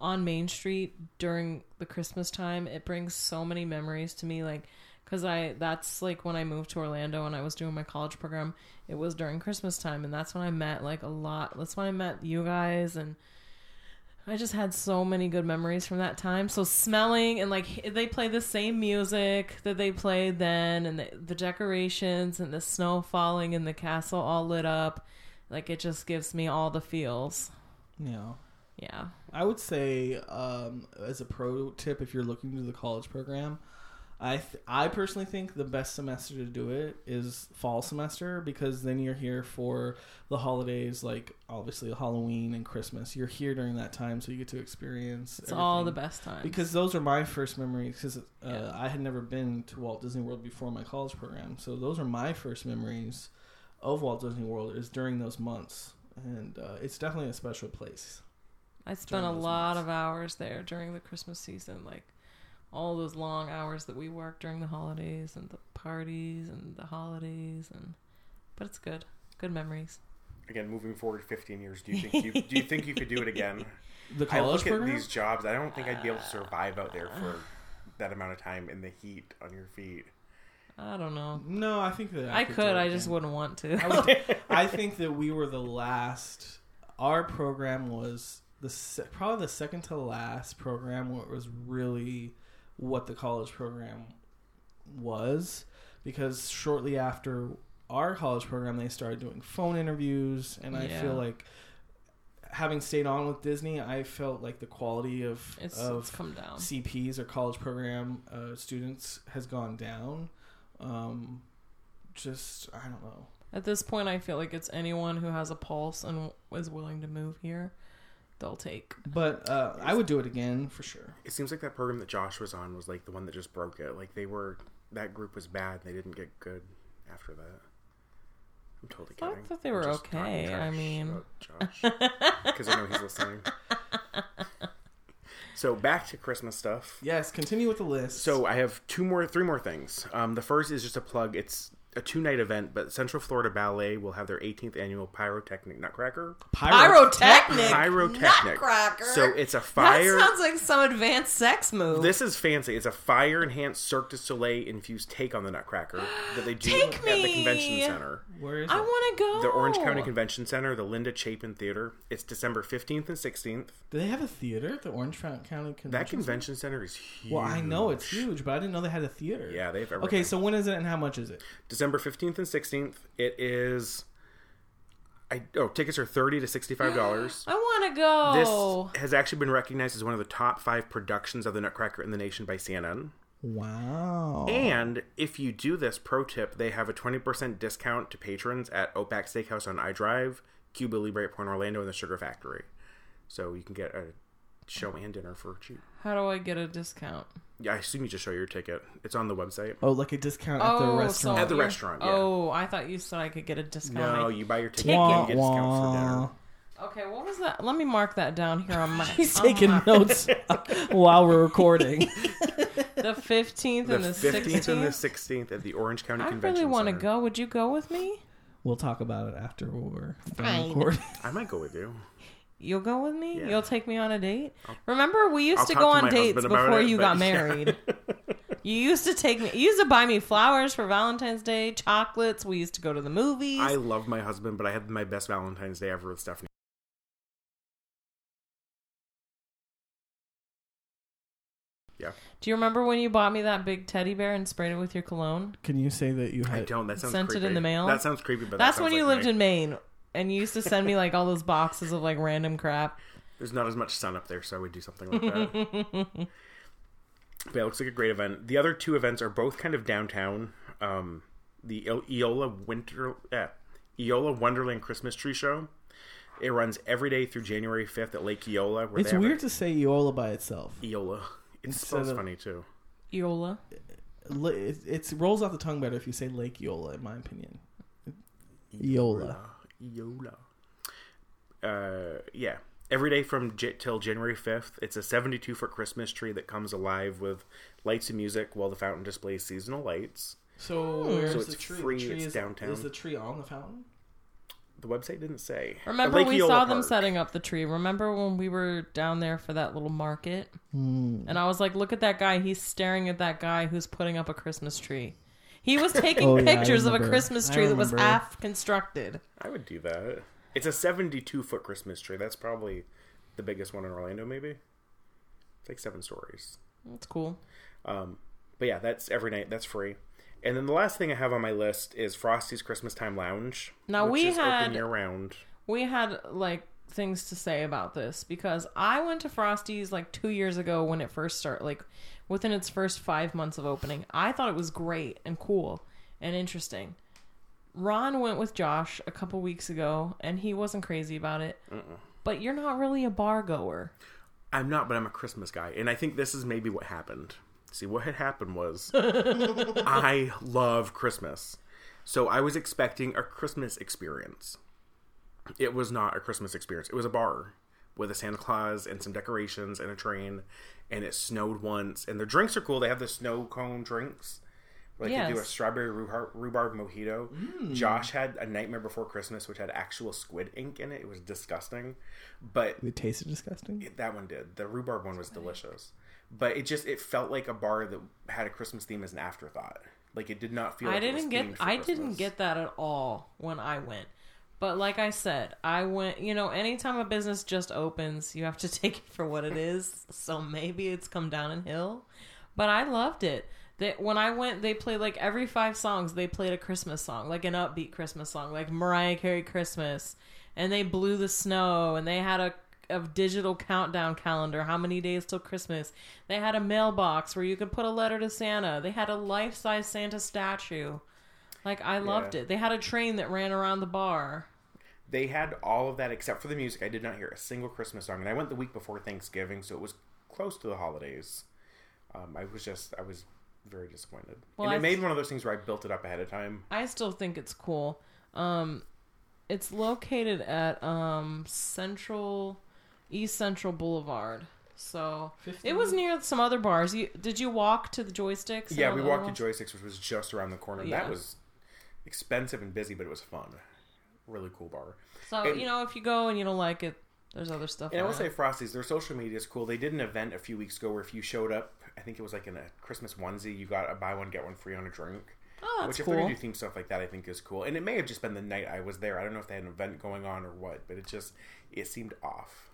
[SPEAKER 2] on Main Street during the Christmas time. It brings so many memories to me, like because I that's like when I moved to Orlando and I was doing my college program. It was during Christmas time, and that's when I met like a lot. That's when I met you guys and. I just had so many good memories from that time. So smelling and like h- they play the same music that they played then, and the, the decorations and the snow falling and the castle all lit up, like it just gives me all the feels.
[SPEAKER 1] Yeah.
[SPEAKER 2] Yeah,
[SPEAKER 1] I would say, um, as a pro tip, if you're looking to the college program, I th- I personally think the best semester to do it is fall semester because then you're here for the holidays, like obviously Halloween and Christmas. You're here during that time, so you get to experience.
[SPEAKER 2] it's all the
[SPEAKER 1] everything.
[SPEAKER 2] best times.
[SPEAKER 1] Because those are my first memories. Because uh,
[SPEAKER 2] Yeah.
[SPEAKER 1] I had never been to Walt Disney World before my college program, so those are my first memories of Walt Disney World is during those months, and uh, it's definitely a special place.
[SPEAKER 2] I spent a
[SPEAKER 1] during those
[SPEAKER 2] lot
[SPEAKER 1] months.
[SPEAKER 2] of hours there during the Christmas season, like all those long hours that we work during the holidays and the parties and the holidays, and but it's good, good memories.
[SPEAKER 3] again, moving forward fifteen years, do you think you do you think you could do it again?
[SPEAKER 1] The
[SPEAKER 3] I
[SPEAKER 1] college
[SPEAKER 3] look
[SPEAKER 1] program.
[SPEAKER 3] at these jobs. I don't think I'd be able to
[SPEAKER 2] Uh,
[SPEAKER 3] survive out there for that amount of time in the heat on your feet.
[SPEAKER 2] I don't know.
[SPEAKER 1] No, I think that
[SPEAKER 2] I could,
[SPEAKER 1] do it
[SPEAKER 2] I just
[SPEAKER 1] again.
[SPEAKER 2] wouldn't want to.
[SPEAKER 1] I, would, I think that we were the last. Our program was the se- probably the second to last program where it was really what the college program was because shortly after our college program they started doing phone interviews and I
[SPEAKER 2] Yeah.
[SPEAKER 1] feel like having stayed on with Disney I felt like the quality of
[SPEAKER 2] It's,
[SPEAKER 3] Oh,
[SPEAKER 1] of
[SPEAKER 2] it's come down.
[SPEAKER 1] CPs or college program uh, students has gone down. Um, just I don't know.
[SPEAKER 2] At this point, I feel like it's anyone who has a pulse and is willing to move here, they'll take.
[SPEAKER 1] But uh, I would do it again for sure.
[SPEAKER 3] It seems like that program that Josh was on was like the one that just broke it. Like they were that group was bad. They didn't get good after that. I'm totally
[SPEAKER 2] I thought
[SPEAKER 3] kidding.
[SPEAKER 2] that they
[SPEAKER 3] I'm
[SPEAKER 2] were
[SPEAKER 3] just talking
[SPEAKER 2] okay, I
[SPEAKER 3] trash
[SPEAKER 2] mean-
[SPEAKER 3] about Josh, because I know he's listening. So back to Christmas stuff.
[SPEAKER 1] Yes, continue with the list.
[SPEAKER 3] So I have two more, three more things. Um, the first is just a plug. It's a two night event, but Central Florida Ballet will have their 18th annual Pyrotechnic Nutcracker.
[SPEAKER 1] Pyro.
[SPEAKER 2] Pyrotechnic.
[SPEAKER 3] Pyrotechnic.
[SPEAKER 2] Nutcracker.
[SPEAKER 3] So it's a fire.
[SPEAKER 2] That sounds like some advanced sex move.
[SPEAKER 3] This is fancy. It's a fire enhanced Cirque du Soleil infused take on the Nutcracker that they do
[SPEAKER 2] Take
[SPEAKER 3] at the
[SPEAKER 2] me.
[SPEAKER 3] convention center.
[SPEAKER 1] Where is
[SPEAKER 2] I
[SPEAKER 1] it?
[SPEAKER 2] want to go.
[SPEAKER 3] The Orange County Convention Center, the Linda Chapin Theater. It's December 15th and 16th.
[SPEAKER 1] Do they have a theater at the Orange County Convention?
[SPEAKER 3] That convention center is huge.
[SPEAKER 1] Well, I know it's huge, but I didn't know they had a theater.
[SPEAKER 3] Yeah, they've everything.
[SPEAKER 1] Okay, so when is it and how much is it?
[SPEAKER 3] December 15th and 16th. It is I oh, tickets are 30 to $65.
[SPEAKER 2] I want to go.
[SPEAKER 3] This has actually been recognized as one of the top 5 productions of the Nutcracker in the nation by CNN.
[SPEAKER 1] Wow.
[SPEAKER 3] And if you do this, pro tip, they have a 20% discount to patrons at Opac Steakhouse on iDrive, Cuba Libre at Point Orlando, and the Sugar Factory. So you can get a show and dinner for cheap.
[SPEAKER 2] How do I get a discount?
[SPEAKER 3] Yeah, I assume you just show your ticket. It's on the website.
[SPEAKER 1] Oh, like a discount at the
[SPEAKER 2] oh,
[SPEAKER 1] restaurant.
[SPEAKER 2] so
[SPEAKER 3] At the
[SPEAKER 2] you're-
[SPEAKER 3] restaurant, yeah.
[SPEAKER 2] Oh, I thought you said I could get a discount.
[SPEAKER 3] No,
[SPEAKER 2] I-
[SPEAKER 3] you buy your ticket
[SPEAKER 2] Ticket.
[SPEAKER 3] and you get a discount for dinner.
[SPEAKER 2] Okay, what was that? Let me mark that down here on my.
[SPEAKER 1] He's
[SPEAKER 2] on
[SPEAKER 1] taking
[SPEAKER 2] my-
[SPEAKER 1] notes while we're recording.
[SPEAKER 2] the fifteenth
[SPEAKER 3] The
[SPEAKER 2] and the
[SPEAKER 3] 15th and the
[SPEAKER 2] sixteenth.
[SPEAKER 3] 16th at the Orange County
[SPEAKER 2] I
[SPEAKER 3] Convention
[SPEAKER 2] really want to
[SPEAKER 3] Center.
[SPEAKER 2] go. Would you go with me?
[SPEAKER 1] We'll talk about it after we're done
[SPEAKER 2] Fine.
[SPEAKER 1] recording.
[SPEAKER 3] I might go with you.
[SPEAKER 2] You'll go with me.
[SPEAKER 3] Yeah.
[SPEAKER 2] You'll take me on a date. Remember, we used
[SPEAKER 3] I'll
[SPEAKER 2] to
[SPEAKER 3] talk
[SPEAKER 2] go
[SPEAKER 3] to
[SPEAKER 2] on
[SPEAKER 3] my
[SPEAKER 2] dates
[SPEAKER 3] husband about
[SPEAKER 2] before
[SPEAKER 3] it,
[SPEAKER 2] you
[SPEAKER 3] but
[SPEAKER 2] got
[SPEAKER 3] yeah.
[SPEAKER 2] married. you used to take me. You used to buy me flowers for Valentine's Day, chocolates. We used to go to the movies.
[SPEAKER 3] I love my husband, but I had my best Valentine's Day ever with Stephanie. Yeah,
[SPEAKER 2] Do you remember when you bought me that big teddy bear and sprayed it with your cologne?
[SPEAKER 1] Can you say that you
[SPEAKER 3] I
[SPEAKER 1] had?
[SPEAKER 3] don't. That sounds
[SPEAKER 2] Sent it in
[SPEAKER 3] creepy.
[SPEAKER 2] the mail?
[SPEAKER 3] That sounds creepy, but
[SPEAKER 2] That's
[SPEAKER 3] that
[SPEAKER 2] when
[SPEAKER 3] sounds
[SPEAKER 2] you
[SPEAKER 3] like
[SPEAKER 2] lived
[SPEAKER 3] me.
[SPEAKER 2] in Maine, and you used to send me like all those boxes of like random crap.
[SPEAKER 3] There's not as much sun up there, so I would do something like that. but yeah, it looks like a great event. The other two events are both kind of downtown. Um, the E- Eola Winter eh, Eola Wonderland Christmas Tree Show. It runs every day through January 5th at Lake Eola. Where
[SPEAKER 1] It's
[SPEAKER 3] they have a-
[SPEAKER 1] weird to say Eola by itself.
[SPEAKER 3] Eola. It
[SPEAKER 1] Instead
[SPEAKER 3] sounds
[SPEAKER 1] of-
[SPEAKER 3] funny too.
[SPEAKER 2] Eola.
[SPEAKER 1] L- It it's- rolls off the tongue better if you say Lake Eola, in my opinion. Eola.
[SPEAKER 3] Eola. Uh, yeah. Every day from j- till January 5th, it's a 72 foot Christmas tree that comes alive with lights and music while the fountain displays seasonal lights.
[SPEAKER 1] So where's
[SPEAKER 3] Hmm. So it's
[SPEAKER 1] the tree?
[SPEAKER 3] free,
[SPEAKER 1] the tree
[SPEAKER 3] it's
[SPEAKER 1] is,
[SPEAKER 3] downtown.
[SPEAKER 1] Is the tree on the fountain?
[SPEAKER 3] The website didn't say.
[SPEAKER 2] Remember
[SPEAKER 3] Lake
[SPEAKER 2] we
[SPEAKER 3] Eola
[SPEAKER 2] saw them
[SPEAKER 3] Park.
[SPEAKER 2] setting up the tree. Remember when we were down there for that little market?
[SPEAKER 1] Hmm.
[SPEAKER 2] And I was like, look at that guy. He's staring at that guy who's putting up a Christmas tree. He was taking
[SPEAKER 1] Oh, yeah, I
[SPEAKER 2] pictures of a
[SPEAKER 1] remember.
[SPEAKER 2] Christmas
[SPEAKER 1] I
[SPEAKER 2] tree that was
[SPEAKER 1] remember.
[SPEAKER 2] half constructed.
[SPEAKER 3] I would do that. It's a 72 foot Christmas tree. That's probably the biggest one in Orlando, maybe. It's like seven stories.
[SPEAKER 2] That's cool.
[SPEAKER 3] Um, but yeah, that's every night. That's free. And then the last thing I have on my list is Frosty's Christmas Time Lounge.
[SPEAKER 2] Now,
[SPEAKER 3] which
[SPEAKER 2] we
[SPEAKER 3] is
[SPEAKER 2] had-
[SPEAKER 3] open year round.
[SPEAKER 2] We had like things to say about this because I went to Frosty's like two years ago when it first started, like within its first five months of opening. I thought it was great and cool and interesting. Ron went with Josh a couple weeks ago and he wasn't crazy about it. But you're not really a bar goer.
[SPEAKER 3] I'm not, but I'm a Christmas guy, and I think this is maybe what happened. See, what had happened was I love Christmas, so I was expecting a Christmas experience. It was not a Christmas experience. It was a bar with a Santa Claus and some decorations and a train, and it snowed once. And their drinks are cool. They have the snow cone drinks. Like they do a
[SPEAKER 2] Yes.
[SPEAKER 3] strawberry rhubarb, rhubarb mojito. Josh had a Nightmare Before Christmas, which had actual squid ink in it. It was disgusting, but
[SPEAKER 1] It tasted disgusting.
[SPEAKER 3] that one did. The rhubarb one was delicious, but it just it felt like a bar that had a Christmas theme as an afterthought. Like it did not feel.
[SPEAKER 2] I
[SPEAKER 3] like it was
[SPEAKER 2] didn't get
[SPEAKER 3] themed for
[SPEAKER 2] I didn't
[SPEAKER 3] Christmas.
[SPEAKER 2] get that at all when I went. But like I said, I went, you know, anytime a business just opens, you have to take it for what it is. So maybe it's come down in hill. But I loved it. That when I went, they played like every five songs, they played a Christmas song, like an upbeat Christmas song, like Mariah Carey Christmas. And they blew the snow and they had a a digital countdown calendar, how many days till Christmas. They had a mailbox where you could put a letter to Santa. They had a life size Santa statue. Like I loved
[SPEAKER 3] Yeah.
[SPEAKER 2] it. They had a train that ran around the bar.
[SPEAKER 3] They had all of that except for the music. I did not hear a single Christmas song, and I went the week before Thanksgiving, so it was close to the holidays. Um, I was just I was very disappointed,
[SPEAKER 2] Well,
[SPEAKER 3] and it
[SPEAKER 2] I-
[SPEAKER 3] made one of those things where I built it up ahead of time.
[SPEAKER 2] I still think it's cool. Um, it's located at um Central East Central Boulevard. So it was near some other bars. You, did you walk to the joysticks? and
[SPEAKER 3] yeah,
[SPEAKER 2] all
[SPEAKER 3] we
[SPEAKER 2] the
[SPEAKER 3] walked
[SPEAKER 2] other
[SPEAKER 3] to Joysticks, which was just around the corner.
[SPEAKER 2] Yeah.
[SPEAKER 3] That was expensive and busy, but it was fun. Really cool bar.
[SPEAKER 2] So
[SPEAKER 3] And-
[SPEAKER 2] you know, if you go and you don't like it, there's other stuff.
[SPEAKER 3] And I
[SPEAKER 2] on
[SPEAKER 3] will say
[SPEAKER 2] it.
[SPEAKER 3] Frosty's, their social media is cool. They did an event a few weeks ago where if you showed up, I think it was like in a Christmas onesie, you got a buy one, get one free on a drink.
[SPEAKER 2] oh, that's
[SPEAKER 3] Which if
[SPEAKER 2] cool.
[SPEAKER 3] they're gonna do theme stuff like that, I think is cool. And it may have just been the night I was there. I don't know if they had an event going on or what, but it just it seemed off.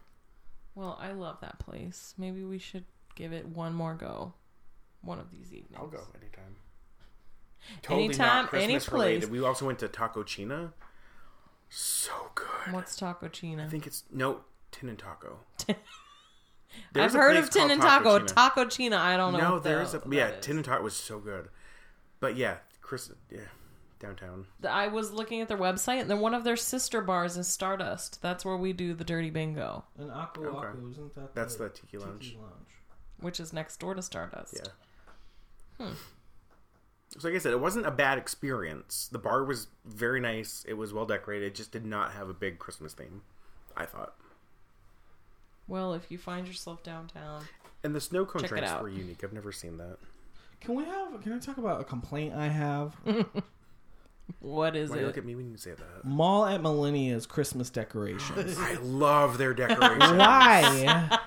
[SPEAKER 2] Well, I love that place. Maybe we should give it one more go, one of these evenings.
[SPEAKER 3] I'll go anytime.
[SPEAKER 2] Anytime, any
[SPEAKER 3] Christmas
[SPEAKER 2] place.
[SPEAKER 3] We also went to Taco China. So good.
[SPEAKER 2] What's Taco China?
[SPEAKER 3] I think it's no Tin and Taco.
[SPEAKER 2] I've
[SPEAKER 3] There's a
[SPEAKER 2] heard
[SPEAKER 3] place
[SPEAKER 2] of Tin
[SPEAKER 3] called
[SPEAKER 2] and Taco.
[SPEAKER 3] China.
[SPEAKER 2] Taco China. I don't know.
[SPEAKER 3] No,
[SPEAKER 2] what the
[SPEAKER 3] there is
[SPEAKER 2] hell
[SPEAKER 3] a
[SPEAKER 2] that
[SPEAKER 3] yeah.
[SPEAKER 2] is.
[SPEAKER 3] Tin and Tot was so good, but yeah, Chris, yeah, downtown.
[SPEAKER 2] I was looking at their website, and then one of their sister bars is Stardust. That's where we do the Dirty Bingo,
[SPEAKER 1] An aqua
[SPEAKER 3] Okay.
[SPEAKER 1] Aqua, isn't that?
[SPEAKER 3] That's the
[SPEAKER 1] the
[SPEAKER 3] Tiki Lounge.
[SPEAKER 1] Tiki lounge.
[SPEAKER 2] which is next door to Stardust.
[SPEAKER 3] Yeah.
[SPEAKER 2] Hmm.
[SPEAKER 3] So like I said, it wasn't a bad experience. The bar was very nice. It was well decorated. It just did not have a big Christmas theme, I thought.
[SPEAKER 2] Well, if you find yourself downtown,
[SPEAKER 3] And the snow cone
[SPEAKER 2] Check it
[SPEAKER 3] drinks
[SPEAKER 2] out.
[SPEAKER 3] were unique. I've never seen that.
[SPEAKER 1] Can we have? Can I talk about a complaint I have?
[SPEAKER 3] Mm-hmm.
[SPEAKER 2] what is
[SPEAKER 3] Why do you
[SPEAKER 2] it?
[SPEAKER 3] look at me when you say that?
[SPEAKER 1] Mall at Millennia's Christmas decorations.
[SPEAKER 3] I love their decorations.
[SPEAKER 1] Why?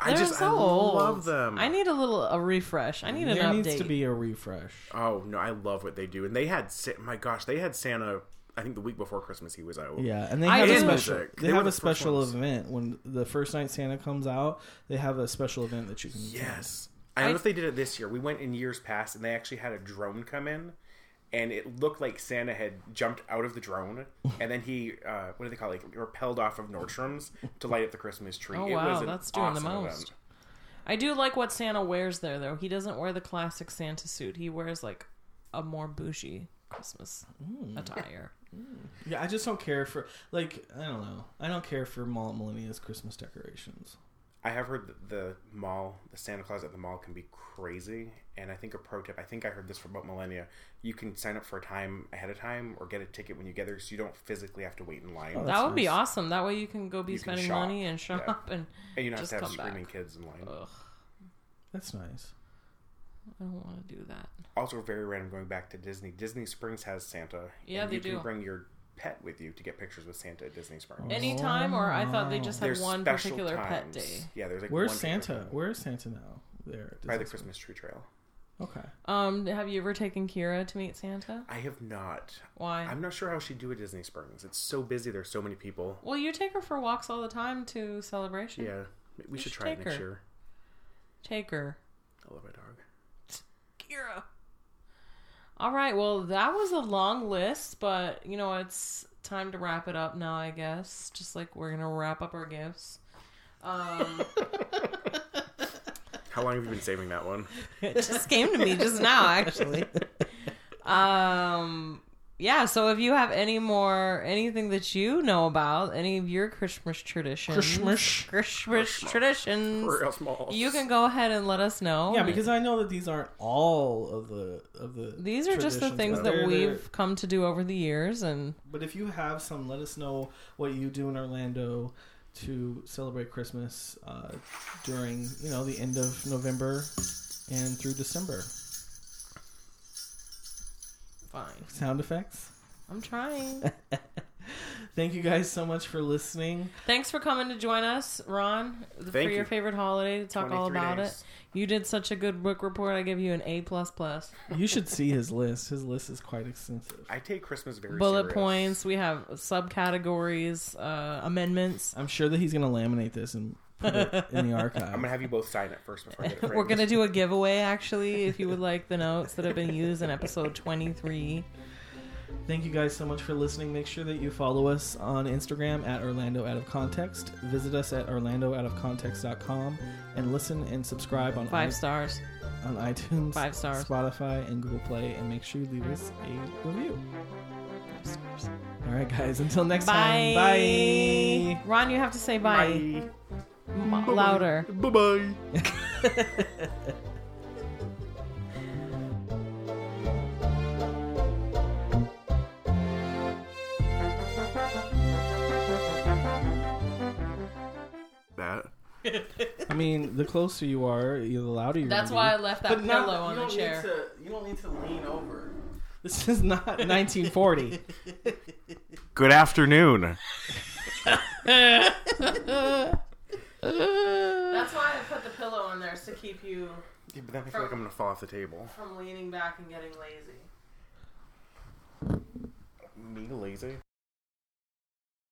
[SPEAKER 3] I
[SPEAKER 2] They're
[SPEAKER 3] just
[SPEAKER 2] so
[SPEAKER 3] I
[SPEAKER 2] old.
[SPEAKER 3] love them.
[SPEAKER 2] I need a little a refresh. I need an
[SPEAKER 1] there
[SPEAKER 2] update.
[SPEAKER 1] needs to be a refresh.
[SPEAKER 3] Oh no, I love what they do. And they had Sa- my gosh, they had Santa. I think the week before Christmas he was out.
[SPEAKER 1] Yeah, and they
[SPEAKER 2] I
[SPEAKER 1] have a
[SPEAKER 2] do-
[SPEAKER 1] special.
[SPEAKER 3] Music.
[SPEAKER 1] They,
[SPEAKER 3] They were
[SPEAKER 1] have
[SPEAKER 3] the
[SPEAKER 1] a
[SPEAKER 3] first
[SPEAKER 1] special
[SPEAKER 3] ones.
[SPEAKER 1] event when the first night Santa comes out. They have a special event that you can. attend.
[SPEAKER 3] Yes. I don't
[SPEAKER 2] I-
[SPEAKER 3] know if they did it this year. We went in years past and they actually had a drone come in and it looked like Santa had jumped out of the drone and then he uh, what do they call it? Like repelled off of Nordstrom's to light up the Christmas tree.
[SPEAKER 2] Oh,
[SPEAKER 3] it
[SPEAKER 2] wow,
[SPEAKER 3] was an
[SPEAKER 2] that's doing the
[SPEAKER 3] awesome event.
[SPEAKER 2] most. I do like what Santa wears there, though. He doesn't wear the classic Santa suit. He wears like a more bougie Christmas
[SPEAKER 3] Mm.
[SPEAKER 2] attire.
[SPEAKER 1] Yeah, I just don't care for like I don't know. I don't care for Mall at Millennia's Christmas decorations.
[SPEAKER 3] I have heard that the mall, the Santa Claus at the mall can be crazy. And I think a pro tip, I think I heard this from about millennia. You can sign up for a time ahead of time or get a ticket when you get there so you don't physically have to wait in line.
[SPEAKER 1] Oh,
[SPEAKER 2] that would be
[SPEAKER 1] nice.
[SPEAKER 2] awesome. That way you can go be
[SPEAKER 3] You can
[SPEAKER 2] spending
[SPEAKER 3] shop.
[SPEAKER 2] money and shop and
[SPEAKER 3] and you don't have
[SPEAKER 2] just
[SPEAKER 3] to have
[SPEAKER 2] come back.
[SPEAKER 3] screaming kids in line.
[SPEAKER 2] ugh,
[SPEAKER 1] That's nice.
[SPEAKER 2] I don't want to do that.
[SPEAKER 3] also very random going back to Disney. Disney Springs has Santa.
[SPEAKER 2] Yeah,
[SPEAKER 3] and
[SPEAKER 2] they
[SPEAKER 3] you can
[SPEAKER 2] do.
[SPEAKER 3] bring your pet with you to get pictures with Santa at Disney Springs.
[SPEAKER 1] And
[SPEAKER 2] Anytime, or I thought they
[SPEAKER 1] Wow.
[SPEAKER 2] just had
[SPEAKER 3] Oh. There's
[SPEAKER 2] one
[SPEAKER 3] special
[SPEAKER 2] particular pet
[SPEAKER 3] times.
[SPEAKER 2] day.
[SPEAKER 3] Yeah, there's like
[SPEAKER 1] Where's
[SPEAKER 3] one particular
[SPEAKER 1] Santa?
[SPEAKER 3] time.
[SPEAKER 1] Where is Santa now? There. at
[SPEAKER 3] By the
[SPEAKER 1] Disney-
[SPEAKER 3] Christmas tree trail.
[SPEAKER 1] Okay.
[SPEAKER 2] Um, have you ever taken Kira to meet Santa?
[SPEAKER 3] I have not.
[SPEAKER 2] Why?
[SPEAKER 3] I'm not sure how she do at Disney Springs. It's so busy. There's so many people.
[SPEAKER 2] Well, you take her for walks all the time to celebration.
[SPEAKER 3] Yeah, we should
[SPEAKER 2] should
[SPEAKER 3] try it
[SPEAKER 2] take
[SPEAKER 3] next
[SPEAKER 2] her.
[SPEAKER 3] year.
[SPEAKER 2] Take her.
[SPEAKER 3] I love my dog.
[SPEAKER 2] Kira. All right. Well, that was a long list, but you know it's time to wrap it up now. I guess just like we're gonna wrap up our gifts. Um,
[SPEAKER 3] How long have you been saving that one?
[SPEAKER 2] it just came to me just now, actually. Um, yeah. So if you have any more anything that you know about any of your Christmas traditions,
[SPEAKER 1] Christmas.
[SPEAKER 2] Christmas traditions,
[SPEAKER 3] Real small.
[SPEAKER 2] you can go ahead and let us know.
[SPEAKER 1] Yeah, because I know that these aren't all of the of the.
[SPEAKER 2] these are just the
[SPEAKER 1] traditions,
[SPEAKER 2] things
[SPEAKER 1] but
[SPEAKER 2] that
[SPEAKER 1] they're-
[SPEAKER 2] we've
[SPEAKER 1] they're-
[SPEAKER 2] come to do over the years, and
[SPEAKER 1] But if you have some, let us know what you do in Orlando to celebrate Christmas uh, during you know the end of November and through December.
[SPEAKER 2] fine.
[SPEAKER 1] Sound effects.
[SPEAKER 2] I'm trying.
[SPEAKER 1] Thank you guys so much for listening.
[SPEAKER 2] Thanks for coming to join us, Ron, for
[SPEAKER 3] Thank
[SPEAKER 2] your
[SPEAKER 3] you.
[SPEAKER 2] favorite holiday to talk all
[SPEAKER 3] 23
[SPEAKER 2] about
[SPEAKER 3] days.
[SPEAKER 2] it. You did such a good book report. I give you an A plus plus.
[SPEAKER 1] You should see his list. His list is quite extensive.
[SPEAKER 3] I take Christmas very
[SPEAKER 2] Bullet
[SPEAKER 3] serious.
[SPEAKER 2] points. We have subcategories, uh, amendments.
[SPEAKER 1] I'm sure that he's going to laminate this and put it in the archive.
[SPEAKER 3] I'm gonna have you both sign it first before I get it.
[SPEAKER 2] We're
[SPEAKER 3] framed.
[SPEAKER 2] gonna do a giveaway actually. If you would like the notes that have been used in episode twenty three.
[SPEAKER 1] Thank you guys so much for listening. Make sure that you follow us on Instagram at Orlando Out of Context. Visit us at orlandooutofcontext.com and listen and subscribe on
[SPEAKER 2] Five stars.
[SPEAKER 1] i- on iTunes,
[SPEAKER 2] Five stars.
[SPEAKER 1] Spotify, and Google Play. And make sure you leave us a review.
[SPEAKER 2] Five stars.
[SPEAKER 1] All right, guys. Until next
[SPEAKER 2] Bye.
[SPEAKER 1] time. Bye.
[SPEAKER 2] Ron, you have to say bye.
[SPEAKER 3] Bye.
[SPEAKER 2] M- louder.
[SPEAKER 3] Bye bye. that.
[SPEAKER 1] I mean, the closer you are, you- the louder you're.
[SPEAKER 2] That's
[SPEAKER 1] gonna
[SPEAKER 2] why
[SPEAKER 1] be.
[SPEAKER 2] I left that pillow on the chair.
[SPEAKER 1] to, you don't need to lean over. This is not 1940.
[SPEAKER 3] Good afternoon.
[SPEAKER 2] That's why I put the pillow in there is to keep you
[SPEAKER 3] Yeah, but then I feel like I'm gonna fall off the table.
[SPEAKER 2] from leaning back and getting lazy.
[SPEAKER 3] Me lazy.